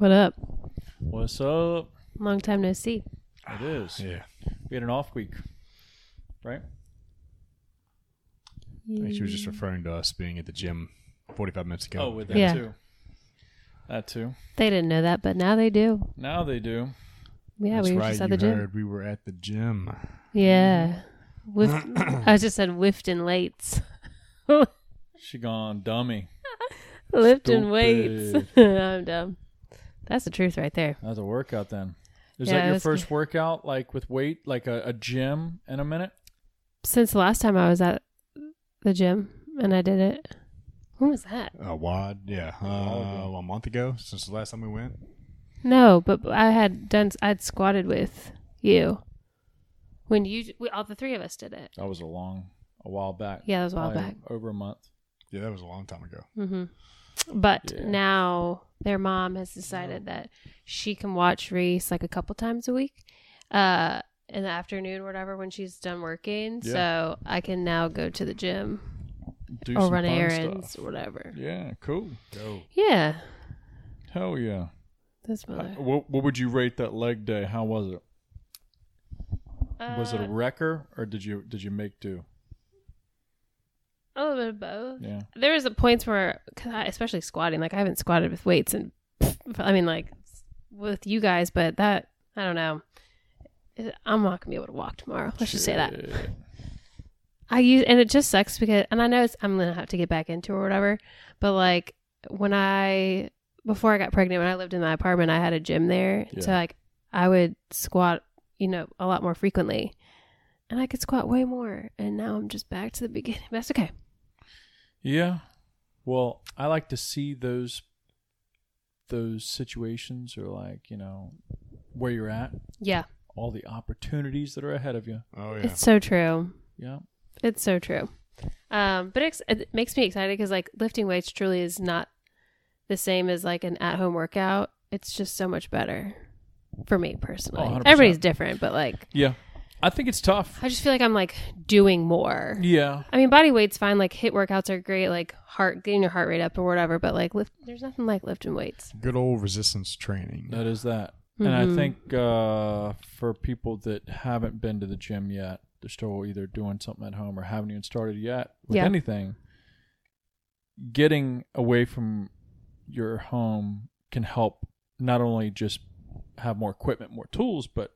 What up? What's up? Long time no see. It is. Yeah. We had an off week, right? I think she was just referring to us being at the gym 45 minutes ago. Oh, with that Yeah. too. That too. They didn't know that, but now they do. Now they do. Yeah, That's we were right. just at the you gym. heard Mm-hmm. we were at the gym. Yeah. Whiff- I just said whiffed and waits. She gone dummy. Lift and weights. I'm dumb. That's the truth right there. That's a workout then. Is Yeah, that it your was first workout, like with weight, like a, a gym in a minute? Since the last time I was at the gym and I did it. When was that? Uh, WAD, yeah. while Uh, ago. a month ago, since the last time we went. No, but I had done. I'd squatted with you when you we, all the three of us did it. That was a long, a while back. Yeah, that Oh, was a while Probably back. Over a month. Yeah, that was a long time ago. hmm But Yeah. now their mom has decided that she can watch Reese like a couple times a week, uh, in the afternoon, or whatever, when she's done working. Yeah. So I can now go to the gym Do or some run fun errands stuff. or whatever. Yeah, cool. Go. Yeah, Hell yeah. that's mother. How- What, what would you rate that leg day? How was it? oh, was it a Uh, wrecker or did you did you make do? a little bit of both? Yeah. there was a points where, 'cause I, especially squatting, like I haven't squatted with weights, and I mean, like with you guys, but that I don't know. I'm not gonna be able to walk tomorrow. Let's just say that Shit. I use, and it just sucks because, and I know it's, I'm gonna have to get back into it or whatever, but like when I before I got pregnant, when I lived in my apartment, I had a gym there, so Yeah. like I would squat, you know, a lot more frequently, and I could squat way more, and now I'm just back to the beginning. That's okay. Yeah. Well, I like to see those those situations or like, you know, where you're at, Yeah, all the opportunities that are ahead of you. Oh, yeah. it's so true. Yeah. It's so true. Um, but it's, it makes me excited because like lifting weights truly is not the same as like an at home workout. It's just so much better for me personally. Oh, 100%. Everybody's different, but like Yeah. I think it's tough. I just feel like I'm like doing more. Yeah. I mean, body weight's fine. Like hit workouts are great, like heart getting your heart rate up or whatever. But like lift, there's nothing like lifting weights. Mm-hmm. Good old resistance training. That is that. And I think uh for people that haven't been to the gym yet, they're still either doing something at home or haven't even started yet with Yeah. anything. Getting away from your home can help not only just have more equipment, more tools, but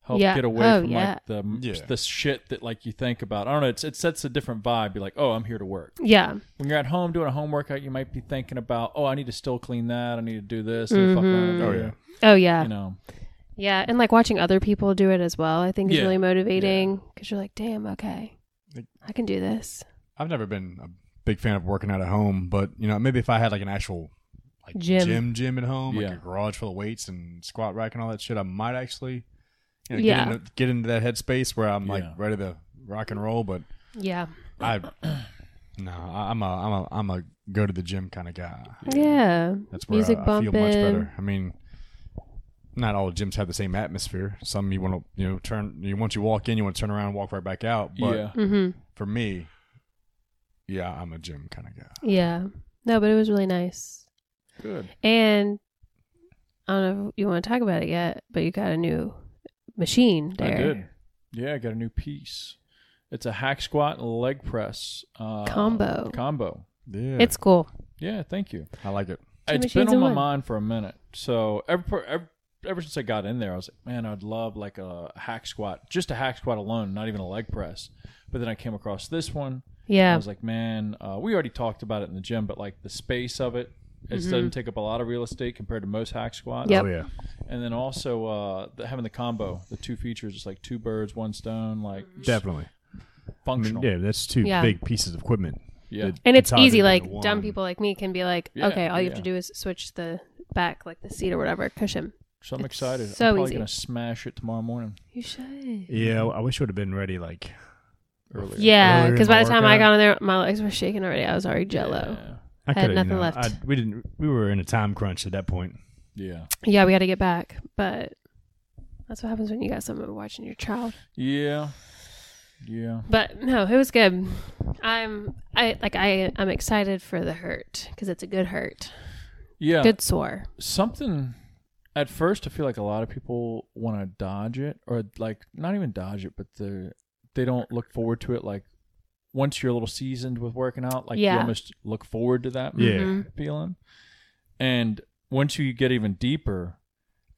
help Yeah. get away Oh, from yeah. like the Yeah. the shit that like you think about. I don't know. It's, it sets a different vibe. You're like, oh, I'm here to work. Yeah, When you're at home doing a home workout, you might be thinking about, oh, I need to still clean that. I need to do this. I need to fuck around Mhm. over Oh, here," yeah. Oh yeah. You know. Yeah, and like watching other people do it as well, I think is Yeah. really motivating because you're like, damn, okay, Like- I can do this. I've never been a big fan of working out at home, but, you know, maybe if I had like an actual like Gym. gym gym, at home, Yeah. like a garage full of weights and squat rack and all that shit, I might actually you know, Yeah. get, into, get into that headspace where I'm like Yeah. ready to rock and roll, but Yeah. I no, I- I'm a I'm a I'm a go to the gym kind of guy. Yeah. That's where Music I, I feel much bumping. better. I mean, not all gyms have the same atmosphere. Some you want to you know turn you once you walk in you want to turn around and walk right back out. But yeah. Mm-hmm. for me, yeah, I'm a gym kind of guy. Yeah. No, but it was really nice. Good. And I don't know if you want to talk about it yet, but you got a new machine there. I did. Yeah, I got a new piece. It's a hack squat and leg press uh, Combo. Combo. Yeah, It's cool. Yeah, thank you. I like it. Two It's machines been on in my one. mind for a minute. So ever, ever ever since I got in there, I was like, man, I'd love like a hack squat, just a hack squat alone, not even a leg press. But then I came across this one. I Yeah. was like, man, uh, we already talked about it in the gym, but like the space of it, it Mm-hmm. doesn't take up a lot of real estate compared to most hack squats. Yep. Oh yeah, And then also uh, the, having the combo, the two features, it's like two birds, one stone, like Mm-hmm. definitely. I mean, functional. yeah, that's two Yeah. big pieces of equipment. Yeah. It- and it's tied easy. into Like one. dumb people like me can be like, Yeah, okay, all you have yeah. to do is switch the back, like the seat or whatever, cushion. So I'm It's excited. so I'm probably easy. gonna smash it tomorrow morning. You should. Yeah, I wish it would have been ready like Earlier. Yeah, Earlier in because by my the time I workout. got in there, my legs were shaking already. I was already jello. I, had coulda, you nothing know, left. I- we didn't. We were in a time crunch at that point. Yeah. Yeah, we got to get back, but that's what happens when you got someone watching your child. Yeah. Yeah. Yeah. But no, it was good. I'm I like I I'm excited for the hurt because it's a good hurt. Yeah. Good sore. something at first I feel like a lot of people want to dodge it or like not even dodge it, but they they don't look forward to it like once you're a little seasoned with working out, like you Yeah. almost look forward to that Yeah. Mhm. feeling. And once you get even deeper,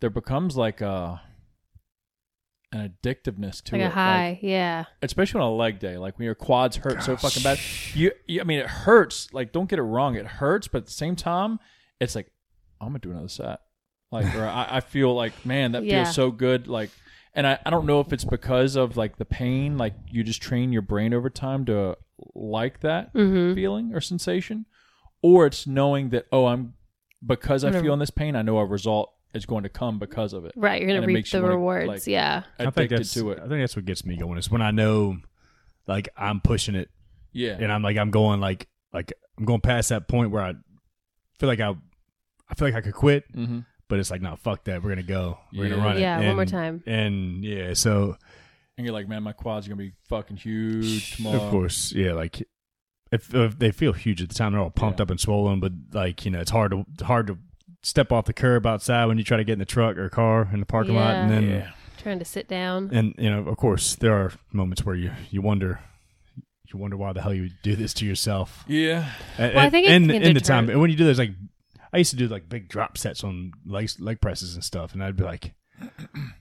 there becomes like a an addictiveness to Like it. a like- high. yeah. especially on a leg day, like when your quads hurt so fucking bad. You, you, I mean, it hurts. Like, don't get it wrong, it hurts, but at the same time, it's like I'm gonna do another set. Like, or I, I feel like, man, that Yeah. feels so good. Like, and I, I don't know if it's because of like the pain, like you just train your brain over time to like that Mm-hmm. feeling or sensation, or it's knowing that oh, I'm because I Whatever. feel in this pain, I know a result is going to come because of it. Right. You're And gonna it reap makes you the wanna, rewards. like, yeah. I think Addicted that's to I it. think that's what gets me going. Is when I know, like I'm pushing it, Yeah. and I'm like I'm going like like I'm going past that point where I feel like I I feel like I could quit, mm-hmm. but it's like no, fuck that. We're gonna go. We're Yeah. gonna run it. Yeah, one more And- time. And yeah, so and you're like, man, my quads are gonna be fucking huge tomorrow. of course, yeah, like. If, if they feel huge at the time, they're all pumped Yeah. up and swollen. But like you know, it's hard to hard to step off the curb outside when you try to get in the truck or car in the parking lot, and Yeah. then Yeah, Trying to sit down. and you know of course there are moments where you you wonder you wonder why the hell you do this to yourself yeah, And- Well, I think it and can in the time deter- and when you do those like i used to do like big drop sets on leg, leg presses and stuff and i'd be like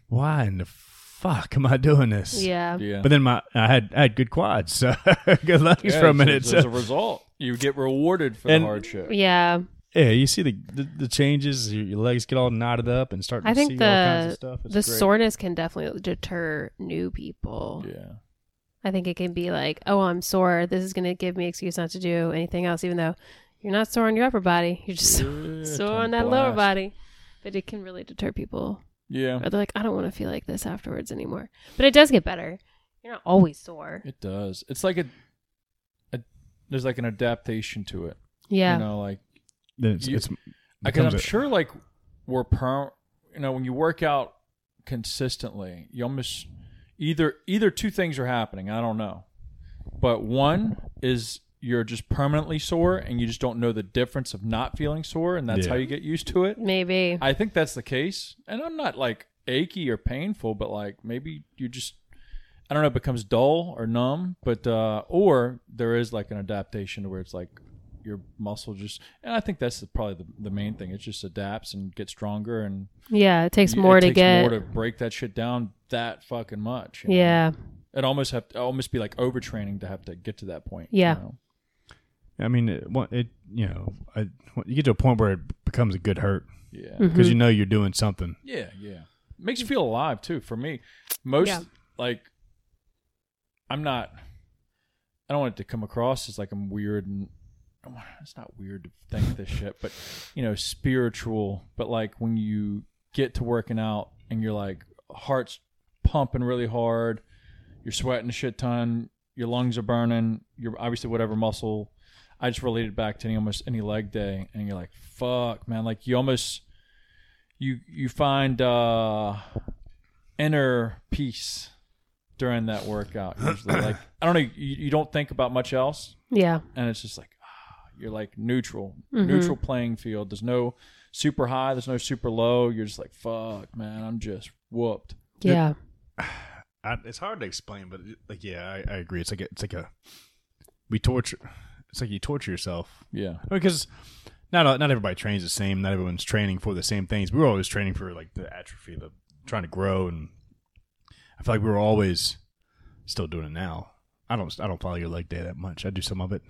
why in the fuck am i doing this yeah. yeah. but then my i had i had good quads so good legs Yeah, for a it's- minute it's- so- as a result, you get rewarded for And- the hardship. Yeah. yeah you see the the, the changes your, your legs get all knotted up and start I to think see the- all kinds of stuff It's the great. soreness can definitely deter new people. Yeah, I think it can be like, oh, I'm sore. This is going to give me excuse not to do anything else, even though you're not sore on your upper body. You're just sore on that lower blast. body. But it can really deter people. Yeah, Or they're like, I don't want to feel like this afterwards anymore. But it does get better. You're not always sore. it does. It's like a, a there's like an adaptation to it. Yeah. you know, like Then it's, you- it's because becomes I'm a- sure like we're per, you know, when you work out consistently, you almost either either two things are happening. I don't know, but one is you're just permanently sore and you just don't know the difference of not feeling sore, and that's Yeah. how you get used to it. Maybe. I think that's the case. And I'm not like achy or painful, but like maybe you just I don't know, it becomes dull or numb, but uh or there is like an adaptation to where it's like your muscle just and I think that's the, probably the, the main thing. It just adapts and gets stronger and yeah. It takes y- more it to takes get. more to break that shit down that fucking much. you know? yeah. It almost have to almost be like overtraining to have to get to that point. Yeah. You know? I mean, it, what- it you know, I, what- you get to a point where it becomes a good hurt Yeah. mm-hmm. because you know you're doing something. Yeah, yeah. Makes you feel alive too. For me, most Yeah. like I'm not. I don't want it to come across as like I'm weird and I don't want- it's not weird to think this shit, but you know, spiritual. But like when you get to working out and you're like heart's pumping really hard, you're sweating a shit ton, your lungs are burning, you're obviously whatever muscle. I just related back to any almost any leg day, and you're like, fuck, man, like you almost you you find uh inner peace during that workout usually like i don't know you, you don't think about much else Yeah. and it's just like ah, you're like neutral neutral playing field there's no super high there's no super low you're just like fuck man i'm just whooped Yeah. I, it's hard to explain, but like, yeah, I, I agree. It's like a, it's like a we torture. It's like you torture yourself yeah because not all- not everybody trains the same. Not everyone's training for the same things. We were always training for like the atrophy, the trying to grow, and I feel like we were always still doing it now. I don't I don't follow your leg day that much. I do some of it,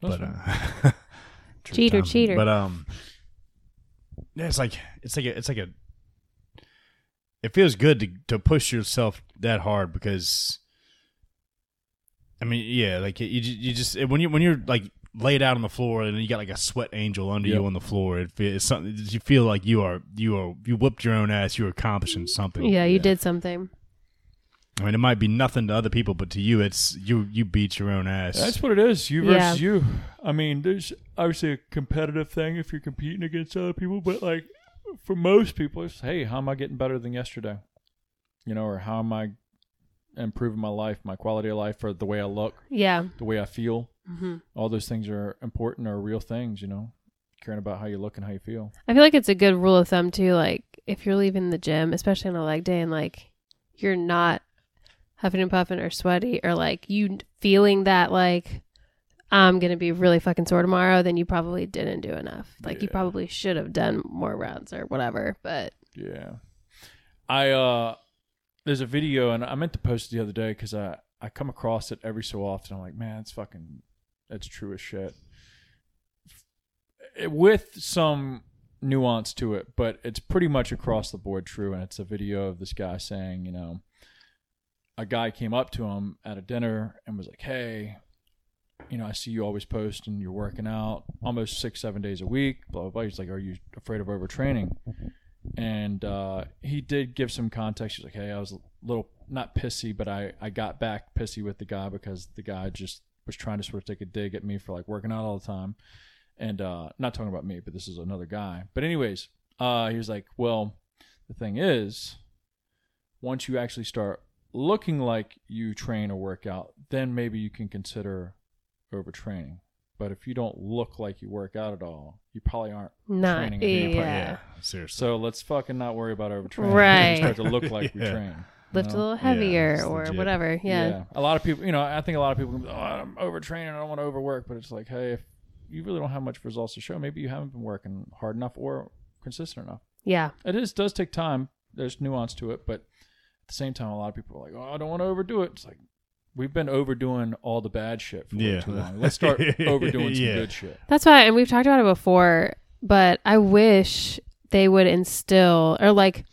but uh, true Cheater, timing. cheater. But um, yeah, it's like it's like a, it's like a. It feels good to to push yourself that hard because. I mean, yeah, like you ju- you just when you when you're like laid out on the floor and you got like a sweat angel under Yep. you on the floor, it feels it's something you feel like you are you are you whipped your own ass, you're accomplishing something. Yeah. You did something. I mean, it might be nothing to other people, but to you, it's you you beat your own ass. that's what it is you Yeah. versus you i mean there's obviously a competitive thing if you're competing against other people but like for most people it's hey how am i getting better than yesterday you know or how am i improving my life my quality of life or the way i look Yeah. the way i feel hmm all those things are important or real things, you know. caring about how you look and how you feel. I feel like it's a good rule of thumb too. Like if you're leaving the gym, especially on a leg day, and like you're not huffing and puffing or sweaty or like you feeling that like I'm gonna be really fucking sore tomorrow, then you probably didn't do enough. Like you Yeah. probably should have done more rounds or whatever. But Yeah. I uh there's a video and I meant to post it the other day cuz I I come across it every so often. I'm like, man, it's fucking that's true as shit. It- With some nuance to it, but it's pretty much across the board true and it's a video of this guy saying, you know, a guy came up to him at a dinner and was like, "Hey, you know, I see you always post and you're working out almost 6-7 days a week, blah blah blah." He's like, "Are you afraid of overtraining?" and uh, he did give some context. He's like, "Hey, I was a little not pissy, but I I got back pissy with the guy because the guy just was trying to sort of take a dig at me for like working out all the time, and uh, not talking about me, but this is another guy. But anyways, uh, he was like, "Well, the thing is, once you actually start looking like you train or work out, then maybe you can consider overtraining." But if you don't look like you work out at all, you probably aren't not Training yeah. and But yeah, seriously. so let's fucking not worry about overtraining. Right. We start to look like we Yeah. train. you lift know? a little Yeah, heavier it's or legit. whatever. Yeah. A lot of people, you know, I think a lot of people, can be, oh, I'm overtraining. I don't want to overwork. But it's like, hey, if you really don't have much results to show, maybe you haven't been working hard enough or consistent enough. yeah. It is does take time. There's nuance to it, but at the same time, a lot of people are like, oh, I don't want to overdo it. It's like we've been overdoing all the bad shit for way Yeah. too long. Let's start overdoing some Yeah. good shit. That's why, and we've talked about it before, but I wish they would instill or like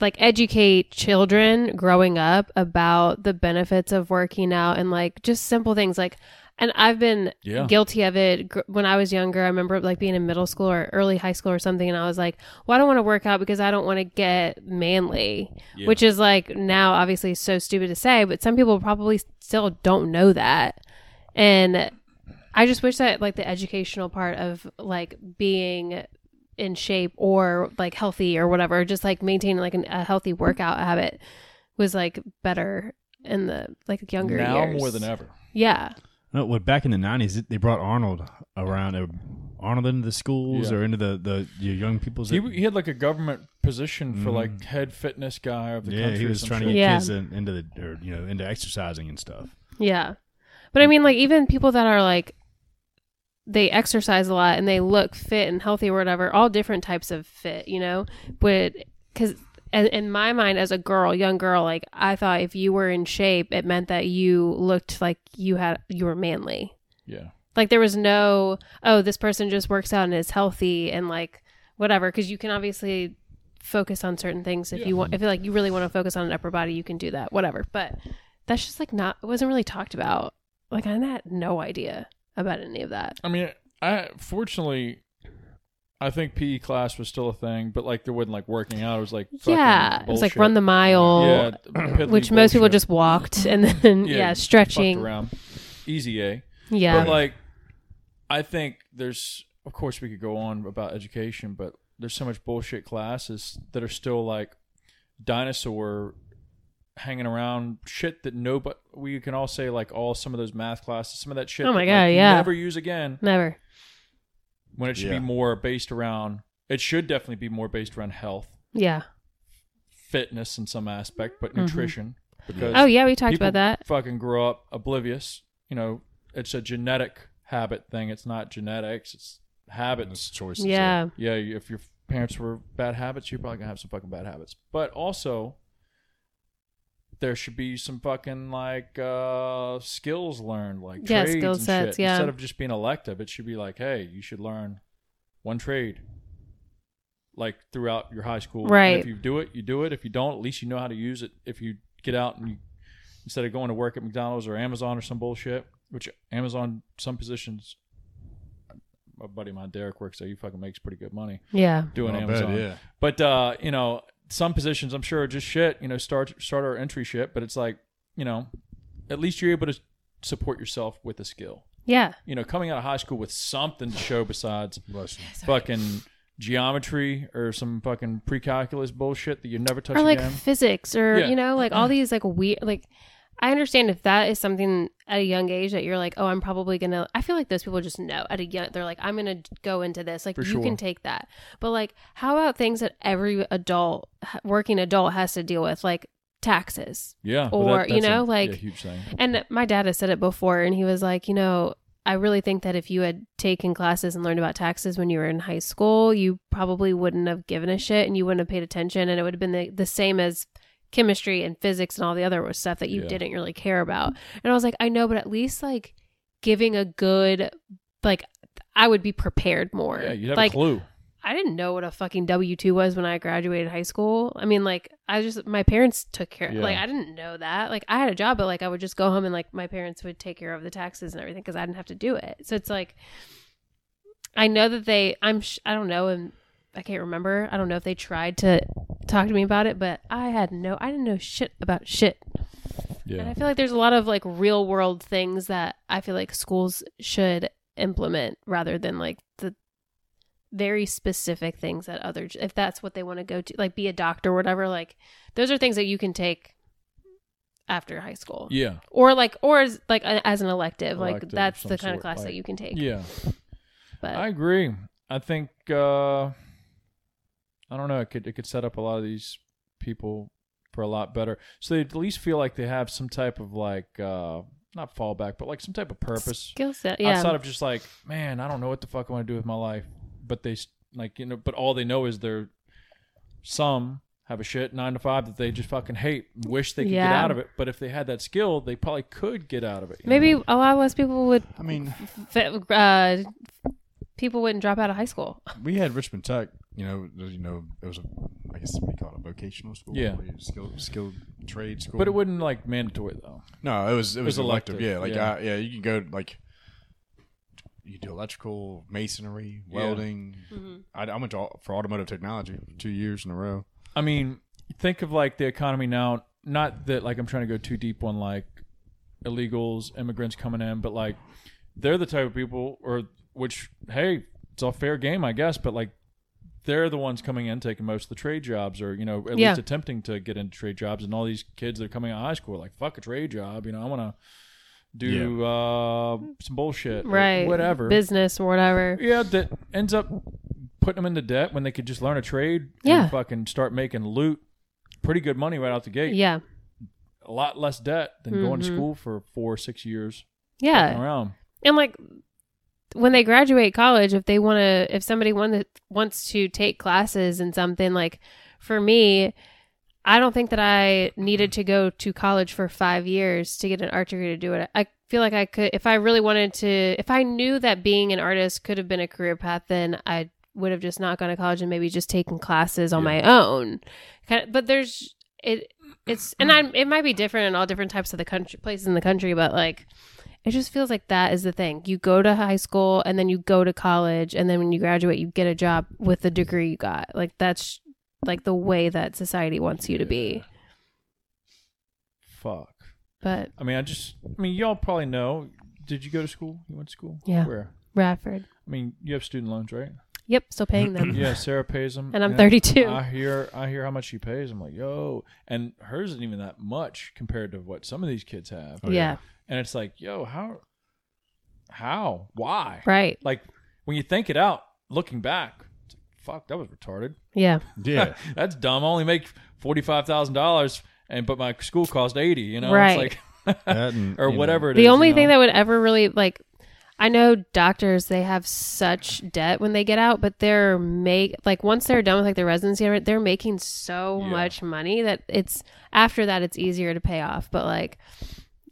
like educate children growing up about the benefits of working out and like just simple things like and I've been Yeah. guilty of it gr- when I was younger. I remember like being in middle school or early high school or something and I was like, "Well, I don't want to work out because I don't want to get manly." Yeah. Which is like now obviously so stupid to say, but some people probably still don't know that. And I just wish that like the educational part of like being in shape or like healthy or whatever, just like maintaining like an, a healthy workout habit was like better in the like younger Now years. more than ever. Yeah. No, what back in the nineties it- they brought Arnold around, uh, Arnold into the schools Yeah. or into the the your young people's. He, he had like a government position for like head fitness guy of the Mm. yeah, country. he or was some trying shit. to get Yeah. kids in, into the or, you know into exercising and stuff. Yeah. But I mean like even people that are like they exercise a lot and they look fit and healthy or whatever, all different types of fit, you know? But cuz in my mind as a girl, young girl, like I thought if you were in shape, it meant that you looked like you had you were manly. Yeah. Like there was no, oh, this person just works out and is healthy and like whatever. Because you can obviously focus on certain things if you want. If like you really want to focus on an upper body, you can do that. Whatever. But that's just like not. It wasn't really talked about. Like I had no idea about any of that. I mean, I fortunately, I think PE class was still a thing, but like there wasn't like working out. It was like fucking yeah, it was like bullshit. run the mile, yeah, piddly which most people bullshit. just walked and then yeah, Yeah, fucked Fucked stretching. around. Easy A. Yeah, But like, I think there's, of course, we could go on about education, but there's so much bullshit classes that are still like dinosaur hanging around shit that nobody, we can all say like all some of those math classes, some of that shit Oh my that, God, like, you yeah. never use again never. when it should Yeah. be more based around, it should definitely be more based around health, Yeah. fitness in some aspect, but Mm-hmm. nutrition. Because Oh yeah, we talked people about that. Fucking grow up oblivious. You know, it's a genetic habit thing. It's not genetics. It's habits. Those choices. Yeah. Yeah, you- if your parents were bad habits, you're probably gonna have some fucking bad habits. But also, there should be some fucking like uh skills learned, like Yeah, trades skill and sets, shit. yeah. Instead of just being elective, it should be like, hey, you should learn one trade, like throughout your high school. And Right. if you do it, you do it. If you don't, at least you know how to use it. If you get out and you instead of going to work at McDonald's or Amazon or some bullshit, which Amazon some positions. My buddy, of mine Derek works there. He fucking makes pretty good money Yeah. doing Oh, I bet, Amazon. yeah. But uh, you know, some positions I'm sure are just shit. You know, start start our entry shit. But it's like you know, at least you're able to support yourself with a skill. Yeah. You know, coming out of high school with something to show besides Bless you. fucking geometry or some fucking pre-calculus bullshit that you never touch or like again. physics or Yeah. Uh-huh. you know like all these like weird like i understand if that is something at a young age that you're like, oh, I'm probably gonna. I feel like those people just know at a young. They're like, I'm gonna go into this. Like For you sure. can take that. But like, how about things that every adult, working adult, has to deal with, like taxes? Yeah. but Or, you that's know, a, like- yeah, huge thing. And my dad has said it before, and he was like, you know, I really think that if you had taken classes and learned about taxes when you were in high school, you probably wouldn't have given a shit and you wouldn't have paid attention, and it would have been the, the same as chemistry and physics and all the other stuff that you Yeah. didn't really care about. And I was like, I know, but at least like giving a good, like, I would be prepared more. Yeah, you have like, a clue. I didn't know what a fucking W two was when I graduated high school. I mean, like I just my parents took care. Yeah. Like I didn't know that. Like I had a job, but like I would just go home and like my parents would take care of the taxes and everything because I didn't have to do it. So it's like I know that they. I'm. Sh- I don't know, and I can't remember. I don't know if they tried to talk to me about it, but I had no. I didn't know shit about shit. And Yeah. I feel like there's a lot of like real world things that I feel like schools should implement rather than like the very specific things that other if that's what they want to go to like be a doctor or whatever like those are things that you can take after high school Yeah. or like or as, like a- as an elective, like Elective of that's some the kind of sort, class that like- you can take Yeah. but I agree. I think uh, I don't know. It could it could set up a lot of these people for a lot better, so they at least feel like they have some type of like uh, not fallback, but like some type of purpose skill set yeah outside of just like man, I don't know what the fuck I want to do with my life, but they s- like you know, but all they know is they're some have a shit nine to five that they just fucking hate, wish they could get Yeah. out of it. But if they had that skill, they probably could get out of it. you maybe know? a lot less people would I mean, fit- uh people wouldn't drop out of high school we had Richmond Tech. You know, there- you know, it was a, I guess we call it a vocational school. Yeah. where you skill skilled trade school. but it wasn't like mandatory though. No, it was it was was, elective. elective, Yeah, like yeah. I, yeah, you can go like you do electrical, masonry, Yeah. welding. Mm-hmm. I, I went to, au- for automotive technology for two years in a row. I mean, think of like the economy now. Not that like I'm trying to go too deep on like illegals, immigrants coming in, but like they're the type of people, or which hey, it's all fair game, I guess. But like they're the ones coming in taking most of the trade jobs, or you know, at Yeah. least attempting to get into trade jobs. And all these kids that are coming out of high school are like fuck a trade job, you know, I want to do uh, some bullshit, or right Whatever, business or whatever yeah, that ends up putting them into debt when they could just learn a trade Yeah. and fucking start making loot, pretty good money right out the gate. yeah Mm-hmm. A lot less debt than going to school for four or six years. fucking Yeah. Around. And like when they graduate college, if they want to, if somebody want to, wants to take classes and something, like for me, I don't think that I needed to go to college for five years to get an art degree to do it. I feel like I could, if I really wanted to, if I knew that being an artist could have been a career path, then I would have just not gone to college and maybe just taken classes on my own. Kind of, but there's, it, it's, and I, it might be different in all different types of the country, places in the country, but like, it just feels like that is the thing. You go to high school and then you go to college and then when you graduate you get a job with the degree you got. Like that's like the way that society wants you to be. Fuck. But I mean, I just, I mean, y'all probably know. Did you go to school? You went to school? Yeah. Where? Radford. I mean, you have student loans, right? Yep, still paying them. Yeah, Sarah pays them. And I'm 32. I hear, I hear how much she pays. I'm like, yo, and hers isn't even that much compared to what some of these kids have. yeah. And it's like, yo, how, how, why? Right. Like when you think it out, looking back, it's like, fuck, that was retarded. Yeah. Yeah, That's dumb. I only make forty five thousand dollars, and but my school cost eighty. You know, Right. it's like That and, or you know, whatever. it is. The only you know? thing that would ever really like I know doctors they have such debt when they get out, but they're make like once they're done with like their residency, and everything, they're making so Yeah. much money that it's after that it's easier to pay off. But like,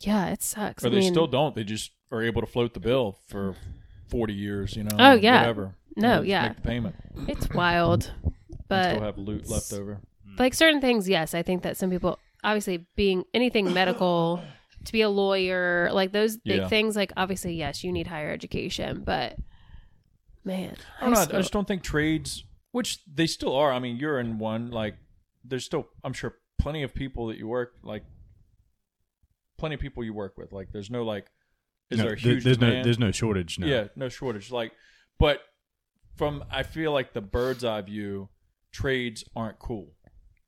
yeah, it sucks. or I they mean- still don't. They just are able to float the bill for forty years. You know. Oh, yeah. Whatever. No, just yeah. Make the payment. It's wild. and still But have loot left over. like certain things, yes, I think that some people obviously being anything medical to be a lawyer, like those big Yeah. things, like obviously yes, you need higher education, but man. I high don't know. Oh, I school- just don't think trades, which they still are. I mean, you're in one. Like, there's still, I'm sure, plenty of people that you work like, plenty of people you work with. Like, there's no like, is no, there a there- huge there's no demand? there's no shortage now. Yeah, no shortage. Like, but from I feel like the bird's eye view, trades aren't cool,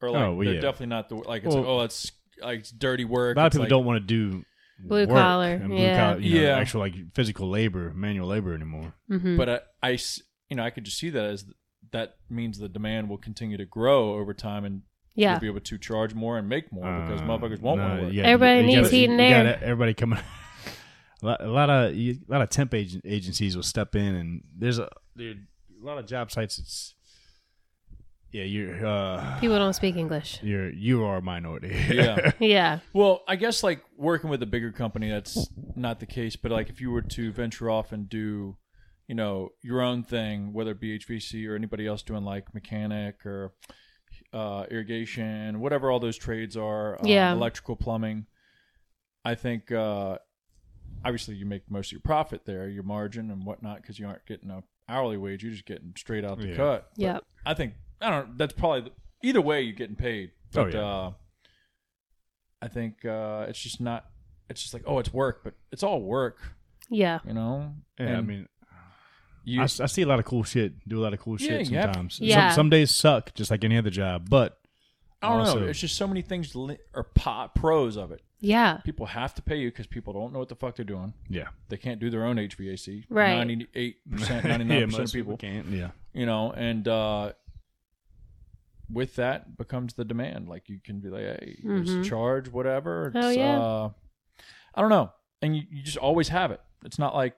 or like Oh, well, they're yeah. definitely not the like. It's Well- like oh, it's like it's dirty work. a lot of It's people like- don't want to do Blue work collar, and blue yeah. collar, you know, Yeah. actual like physical labor, manual labor anymore. hmm but I, I s- you know, I could just see that as that means the demand will continue to grow over time, and yeah. you'll be able to charge more and make more because Uh, motherfuckers won't no, want to work. yeah, Everybody needs gotta- heat and you air. gotta- everybody coming. a, lot, a lot of you- a lot of temp agent agencies will step in, and there's a dude, a lot of job sites. It's yeah, you're uh, People don't speak English. you're you are a minority. yeah. Yeah. Well, I guess like working with a bigger company, that's not the case. But like if you were to venture off and do, you know, your own thing, whether it be HVC or anybody else doing like mechanic or uh, irrigation, whatever all those trades are, um, Yeah. electrical, plumbing. I think uh, obviously you make most of your profit there, your margin and whatnot, because you aren't getting a hourly wage; you're just getting straight out the Yeah. cut. But Yeah. I think I don't. That's probably the, either way you're getting paid. But Oh, yeah. uh, I think uh, it's just not. It's just like oh, it's work, but it's all work, Yeah. you know. Yeah, and I mean, you, I, s- I see a lot of cool shit. Do a lot of cool Yeah, shit you have- sometimes. Yeah. Some, some days suck, just like any other job. But I don't also- know. It's just so many things li- are po- pros of it. Yeah. People have to pay you because people don't know what the fuck they're doing. yeah, They can't do their own HVAC. Right. Ninety-eight percent, ninety-nine percent of people, can't. Yeah, you know, and. uh with that becomes the demand. Like you can be like, hey, Mhm. just charge whatever. It's, Oh, yeah. uh, I don't know. And you, you just always have it. It's not like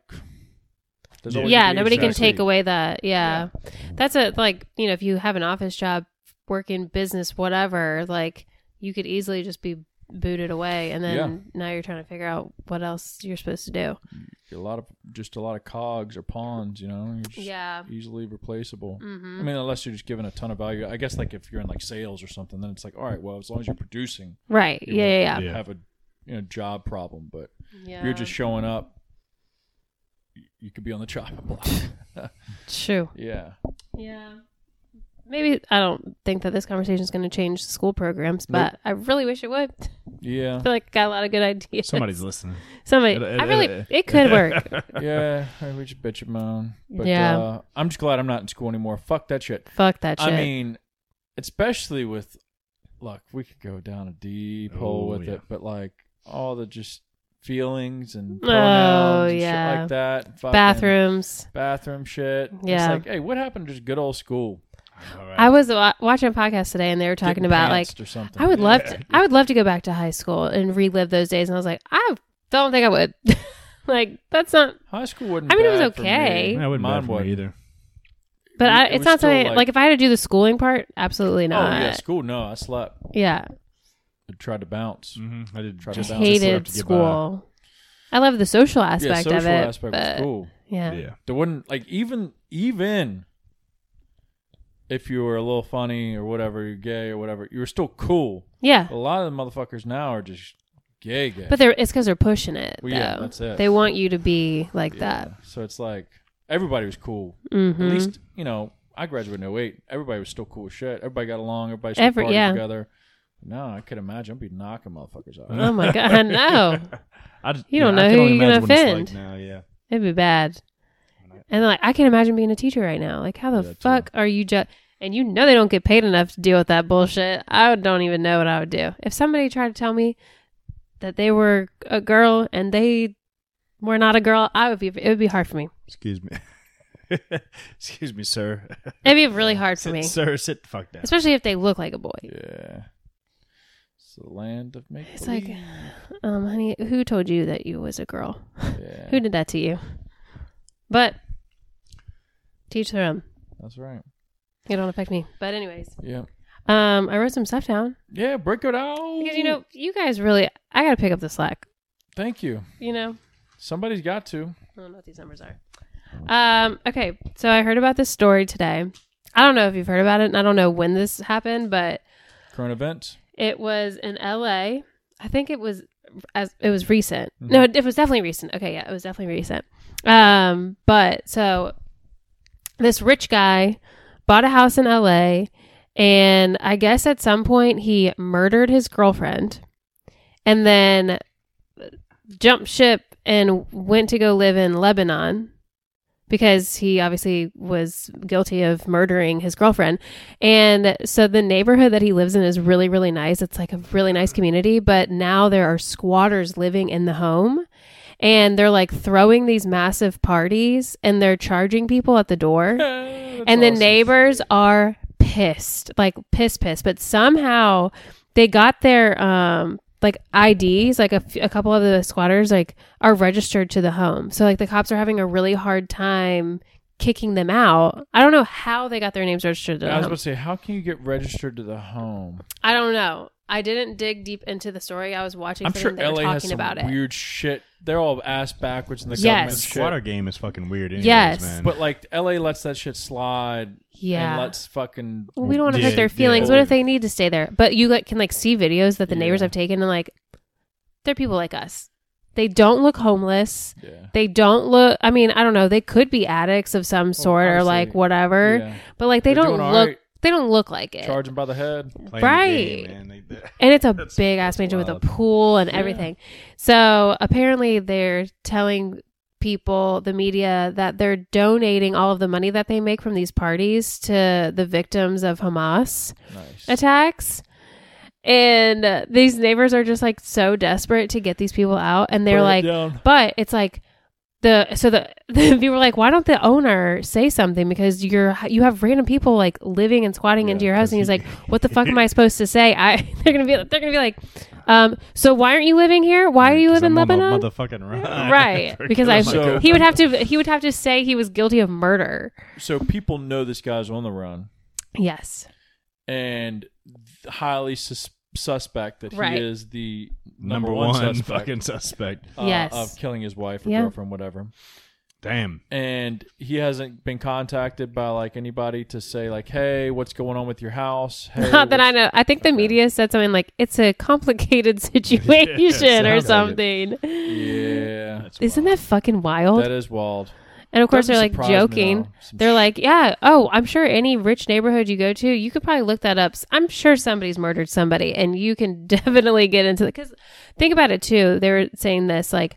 there's Yeah. always yeah gonna be nobody can exactly- take away that yeah. that's a like you know if you have an office job work in business whatever like you could easily just be booted away and then now you're trying to figure out what else you're supposed to do a lot of just a lot of cogs or pawns. You know, you're just yeah easily replaceable. mm-hmm. I mean, unless you're just giving a ton of value. I guess like if you're in like sales or something, then it's like, all right, well, as long as you're producing, right you yeah won't yeah yeah, Yeah. have a you know job problem. But yeah. if you're just showing up, y- you could be on the chopping block. true yeah. yeah maybe i don't think that this conversation is going to change the school programs but i really wish it would Yeah. i feel like i got a lot of good ideas somebody's listening. somebody It- it- i really it- it could work yeah, we just bitch and moan. But Yeah. uh, I'm just glad I'm not in school anymore. Fuck that shit. fuck that shit I mean, especially with, look, we could go down a deep hole Oh, with yeah. it, but like all the just feelings and Oh, pronouns and yeah. shit like that. and fucking bathrooms Bathroom shit. Yeah. It's like, hey, what happened to just good old school? All right. I was wa- watching a podcast today, and they were talking Getting about like pantsed or something. I would love to, I would love to go back to high school and relive those days. And I was like, I don't think I would. like that's not, High school wouldn't I mean, it was bad for me. okay. I wouldn't Mine mind one wasn't. either. but I, It it's was not still, something like, like- if I had to do the schooling part, absolutely Oh, not. yeah, school, no. I slept. yeah, I tried to bounce. Mm. Mm-hmm. I did Try to just balance. just hated enough to get by. school. I love the social yeah, aspect social of it. aspect but was cool. Yeah, Yeah, there wouldn't like even even if you were a little funny or whatever, you're gay or whatever, you were still cool. yeah. A lot of the motherfuckers now are just gay, gay. But they're it's because they're pushing it. Well, yeah, though. that's it. They want you to be like Yeah. that. So it's like everybody was cool. Mm-hmm. At least you know I graduated in 08. Everybody was still cool as shit. Everybody got along. Everybody still Every- partied yeah. together. No, I could imagine I'd be knocking motherfuckers out. oh my god, I know. I just, You don't I know can who only you're gonna imagine what it's offend. Like now, yeah. It'd be bad. And like, I can't imagine being a teacher right now. Like, how the Yeah, fuck are you just? And you know they don't get paid enough to deal with that bullshit. I don't even know what I would do if somebody tried to tell me that they were a girl and they were not a girl. I would be. It would be hard for me. Excuse me. Excuse me, sir. It'd be really hard for Sit- me, Sir, sit the fuck down. especially if they look like a boy. yeah. It's the land of make It's like, um, honey, who told you that you was a girl? yeah, Who did that to you? But teach them. that's right. It don't affect me. But anyways, Yeah, um, I wrote some stuff down. yeah. Break it out Because you know, you guys really, I gotta pick up the slack. Thank you. You know, Somebody's got to. I don't know what these numbers are. Um. Okay, so I heard about this story today. I don't know if you've heard about it, and I don't know when this happened, but Current events. it was in L.A. I think it was as it was recent. No, it, it was definitely recent. Okay, yeah, it was definitely recent. Um. But so this rich guy bought a house in L.A. and I guess at some point he murdered his girlfriend, and then jumped ship and went to go live in Lebanon because he obviously was guilty of murdering his girlfriend. And so the neighborhood that he lives in is really, really nice. It's like a really nice community, but now there are squatters living in the home and they're like throwing these massive parties and they're charging people at the door. and the neighbors are pissed, like piss pissed. But somehow they got their um like IDs, like a, f- a couple of the squatters like are registered to the home. So like the cops are having a really hard time kicking them out. I don't know how they got their names registered to the I was home. about to say, how can you get registered to the home? I don't know. I didn't dig deep into the story. I was watching. I'm something sure that were LA talking has some about it. weird shit. They're all ass backwards in the Yes. government Squatter shit. game is fucking weird. Anyways, Yes. man. But like LA lets that shit slide. Yeah. And lets fucking Well, we don't want to Yeah, hurt their yeah. feelings. What if they need to stay there? But you like, can like see videos that the neighbors Yeah. have taken and like they're people like us. They don't look homeless. yeah. They don't look. I mean, I don't know. They could be addicts of some sort or Oh, obviously. like whatever. Yeah. But like they They're don't doing all look. right. They don't look like it. Charge 'em by the head. Playing the right. game, man. They- they- and it's a That's- big ass that's mansion with a wild. pool and everything. So apparently they're telling people, the media, that they're donating all of the money that they make from these parties to the victims of Hamas Nice. attacks. And uh, these neighbors are just like so desperate to get these people out, and they're Burn it like, down. but it's like the so the, the people were like, why don't the owner say something because you're you have random people like living and squatting into Yeah, your house, 'cause and he's he- like, what the fuck am I supposed to say? I they're gonna be they're gonna be like, um, so why aren't you living here? Why do you 'Cause live in I'm on the Lebanon? Motherfucking run. right, because I my God. he would have to he would have to say he was guilty of murder. so people know this guy's on the run Yes, and highly sus- suspect that Right. he is the number, one, suspect, fucking suspect. uh, Yes. of killing his wife or Yeah. girlfriend, whatever. Damn. and he hasn't been contacted by like anybody to say like, "Hey, what's going on with your house?" Hey, not that I what's- know. I think the media said something like it's a complicated situation or sounds like something. Yeah, That's Isn't that fucking wild? that is wild. And of course, Doesn't they're like surprise me, joking. though. Some They're sh- like, yeah, oh, I'm sure any rich neighborhood you go to, you could probably look that up. I'm sure somebody's murdered somebody, and you can definitely get into it. Because think about it too. They were saying this like,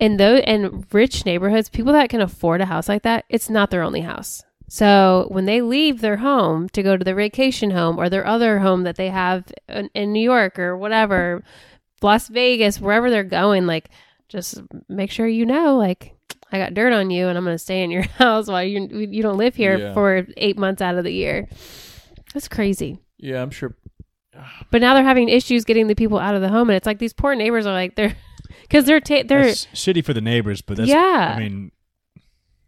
in those in rich neighborhoods, people that can afford a house like that, it's not their only house. So when they leave their home to go to their vacation home or their other home that they have in, in New York or whatever, Las Vegas, wherever they're going, like just make sure you know, like I got dirt on you, and I'm going to stay in your house while you you don't live here Yeah. for eight months out of the year. That's crazy. yeah, I'm sure. But now they're having issues getting the people out of the home, and it's like these poor neighbors are like they're because they're ta- they're That's shitty for the neighbors, but that's Yeah. I mean,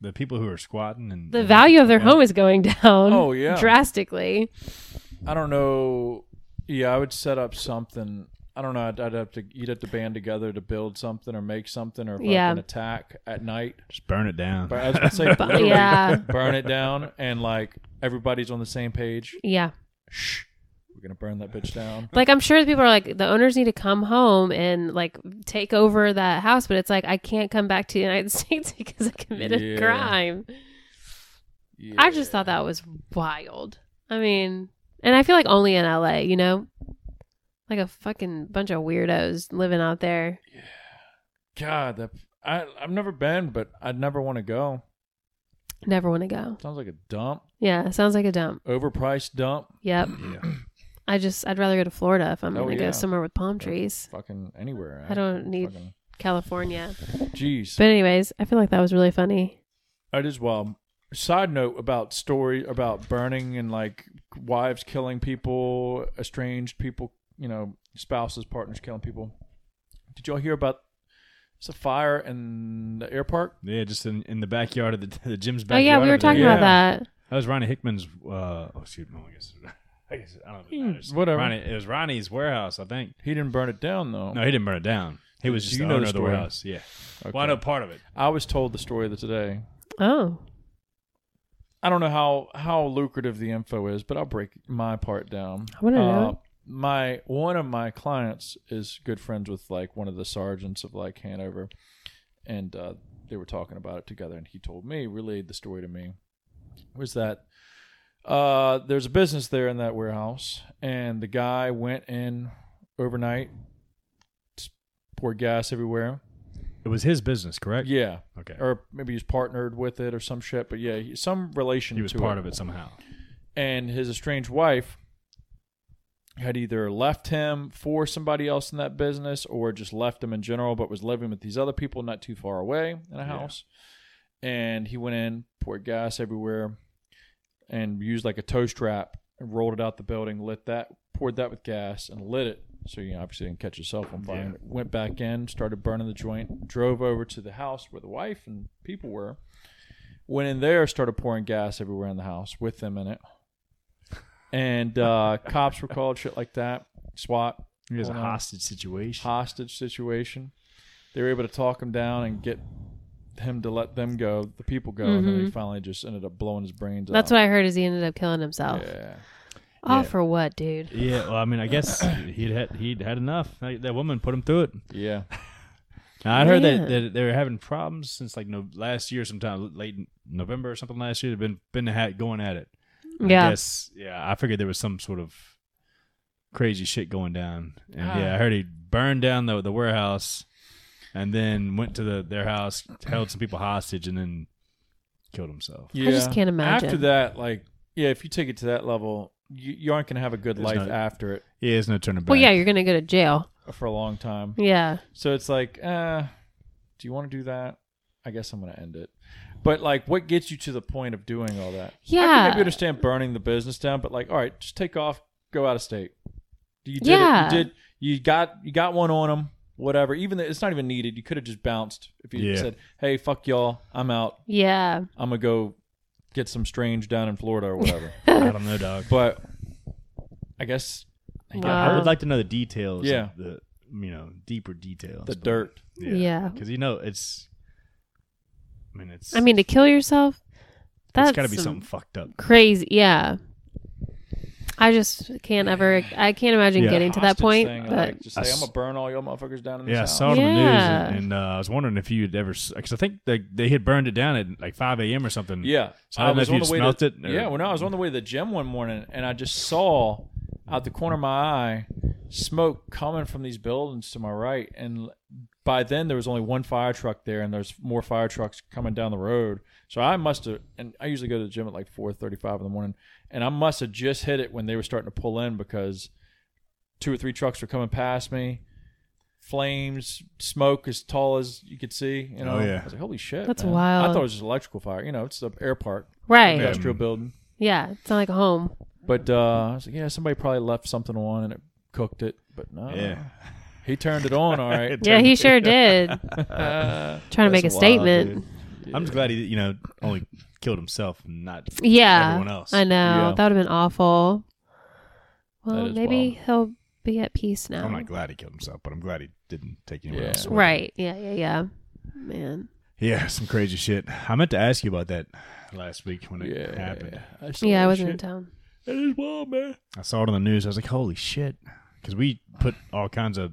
the people who are squatting and the value of their Yeah. home is going down. Oh, yeah. drastically. I don't know. Yeah, I would set up something. I don't know. I'd, I'd have to you'd have to band together to build something or make something or fucking Yeah. attack at night. Just burn it down. But I was gonna say, literally yeah. burn it down and like everybody's on the same page. Yeah, Shh, we're gonna burn that bitch down. like I'm sure people are like the owners need to come home and like take over that house, but it's like I can't come back to the United States because I committed Yeah. a crime. Yeah. I just thought that was wild. I mean, and I feel like only in LA, you know, like a fucking bunch of weirdos living out there. God, that I I've never been, but I'd never want to go. Never want to go. Sounds like a dump, Yeah, it sounds like a dump. overpriced dump. Yep. yeah. I just I'd rather go to Florida if I'm Oh, gonna yeah. go somewhere with palm trees. Fucking anywhere. I don't need fucking- California. Jeez, But anyways, I feel like that was really funny. that is wild. Side note about story about burning and like wives killing people, estranged people, you know, spouses, partners killing people. Did y'all hear about? It's a fire in the air park. Yeah, just in, in the backyard of the, the gym's Oh backyard. yeah, we were over there. talking Yeah. about that. That was Ronnie Hickman's. Uh, oh, excuse me. I guess. I guess I don't know. If it matters. Hmm, whatever. Ronnie, it was Ronnie's warehouse, I think. He didn't burn it down though. No, he didn't burn it down. He was just You the know the owner of the story. warehouse. Yeah. Okay. Well, I know part of it. I was told the story of the today. Oh. I don't know how how lucrative the info is, but I'll break my part down. Uh, I wanna know it. My one of my clients is good friends with like one of the sergeants of like Hanover, and uh, they were talking about it together. And he told me, relayed the story to me, was that uh, there's a business there in that warehouse, and the guy went in overnight, poured gas everywhere, It was his business, correct? Yeah. Okay. Or maybe he's partnered with it or some shit. But yeah, he- some relation he was to part it. of it somehow. and his estranged wife had either left him for somebody else in that business or just left him in general, but was living with these other people not too far away in a Yeah. house. And he went in, poured gas everywhere, and used like a tow strap and rolled it out the building, lit that, poured that with gas, and lit it. So you know, obviously didn't catch yourself on fire. Yeah. Went back in, started burning the joint, drove over to the house where the wife and people were. Went in there, started pouring gas everywhere in the house with them in it and uh, cops were called, shit like that. SWAT It was a Hold on. hostage situation. hostage situation. They were able to talk him down and get him to let them go, the people go, and then he finally just ended up blowing his brains That's out. what I heard is he ended up killing himself. Yeah, Oh, Yeah. for what, dude? Yeah, well, I mean, I guess he'd had he'd had enough. Like, That woman put him through it. yeah, Now, I'd heard Yeah. that, that they were having problems since like no, last year, sometime late in November or something last year. They've been been ha- going at it. Yeah. I guess, yeah, I figured there was some sort of crazy shit going down. And yeah, I heard he burned down the the warehouse and then went to the their house, held some people hostage, and then killed himself. yeah. just can't imagine. After that, like, yeah, if you take it to that level, you, you aren't gonna have a good There's life no- after it Yeah, there's no turning back. Well, yeah, you're gonna go to jail. for a long time. Yeah. So it's like, uh, do you want to do that? I guess I'm gonna end it. But like, what gets you to the point of doing all that? I can Yeah. maybe understand burning the business down, but like, all right, just take off, go out of state. You did Yeah. it. You did. You got you got one on them. Whatever. Even though it's not even needed. You could have just bounced if you Yeah. said, "Hey, fuck y'all, I'm out. Yeah. I'm gonna go get some strange down in Florida or whatever." I don't know, dog. but I guess I Wow. would like to know the details. Yeah. of the you know deeper details. the dirt. Yeah. because you know it's. I mean, it's. I mean, to kill yourself. That's it's got to be some something fucked up. crazy. Yeah. I just can't ever. I can't imagine Yeah. getting to that hostage point. thing, but like, just say, I "I'm s- gonna burn all y'all motherfuckers down in the Yeah, I south." saw it on the news, Yeah. and, and uh, I was wondering if you'd ever, because I think they they had burned it down at like 5 a.m. or something. Yeah. So I don't know if on you the way smelt to, it or- Yeah, when I was on the way to the gym one morning and I just saw out the corner of my eye smoke coming from these buildings to my right. And l- by then there was only one fire truck there and there's more fire trucks coming down the road. So I must have and I usually go to the gym at like four thirty five in the morning and I must have just hit it when they were starting to pull in because two or three trucks were coming past me. Flames, smoke as tall as you could see. You know, Oh, yeah. I was like, "Holy shit!" That's man. I wild. thought it was just electrical fire. You know, it's the air park right. Yeah. industrial building. It's not like a home. But uh, I was like, yeah, somebody probably left something on and it cooked it. But Oh. no, Yeah. he turned it on. All right, Yeah, he sure did. Trying to make a That's wild, statement. I'm just glad he, you know, only killed himself, and not. Yeah. Everyone else. Uh, I know. Yeah. That would have been awful. That Well, is maybe he'll be at peace now. I'm not glad he killed himself, but I'm glad he didn't take anyone Yeah. else. with him. right. Yeah, yeah, yeah. Man. Yeah, some crazy shit. I meant to ask you about that last week when it happened. I saw Yeah, I that wasn't in shit. town. That is wild, man. I saw it on the news. I was like, holy shit, because we put all kinds of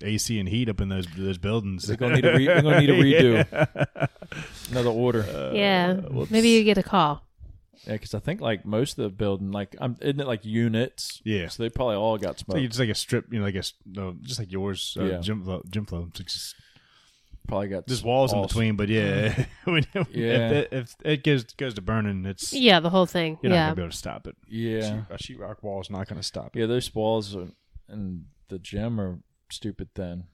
AC and heat up in those those buildings. We're gonna need a, re- we're gonna need a redo, another order. yeah. Uh, whoops. Maybe you get a call. yeah, because I think like most of the building, like, I'm, isn't it like units? Yeah. so they probably all got So you smoked. just like a strip, you know, like a s- no, just like yours, uh, Yeah. gym flow, gym flow, It's just Probably got There's walls in between, but yeah, when, Mm. Yeah. If, it, if it goes goes to burning, it's Yeah, the whole thing. you're not yeah. gonna be able to stop it. Yeah, A sheetrock wall is not gonna stop it. yeah. Those walls are- in the gym are stupid. Then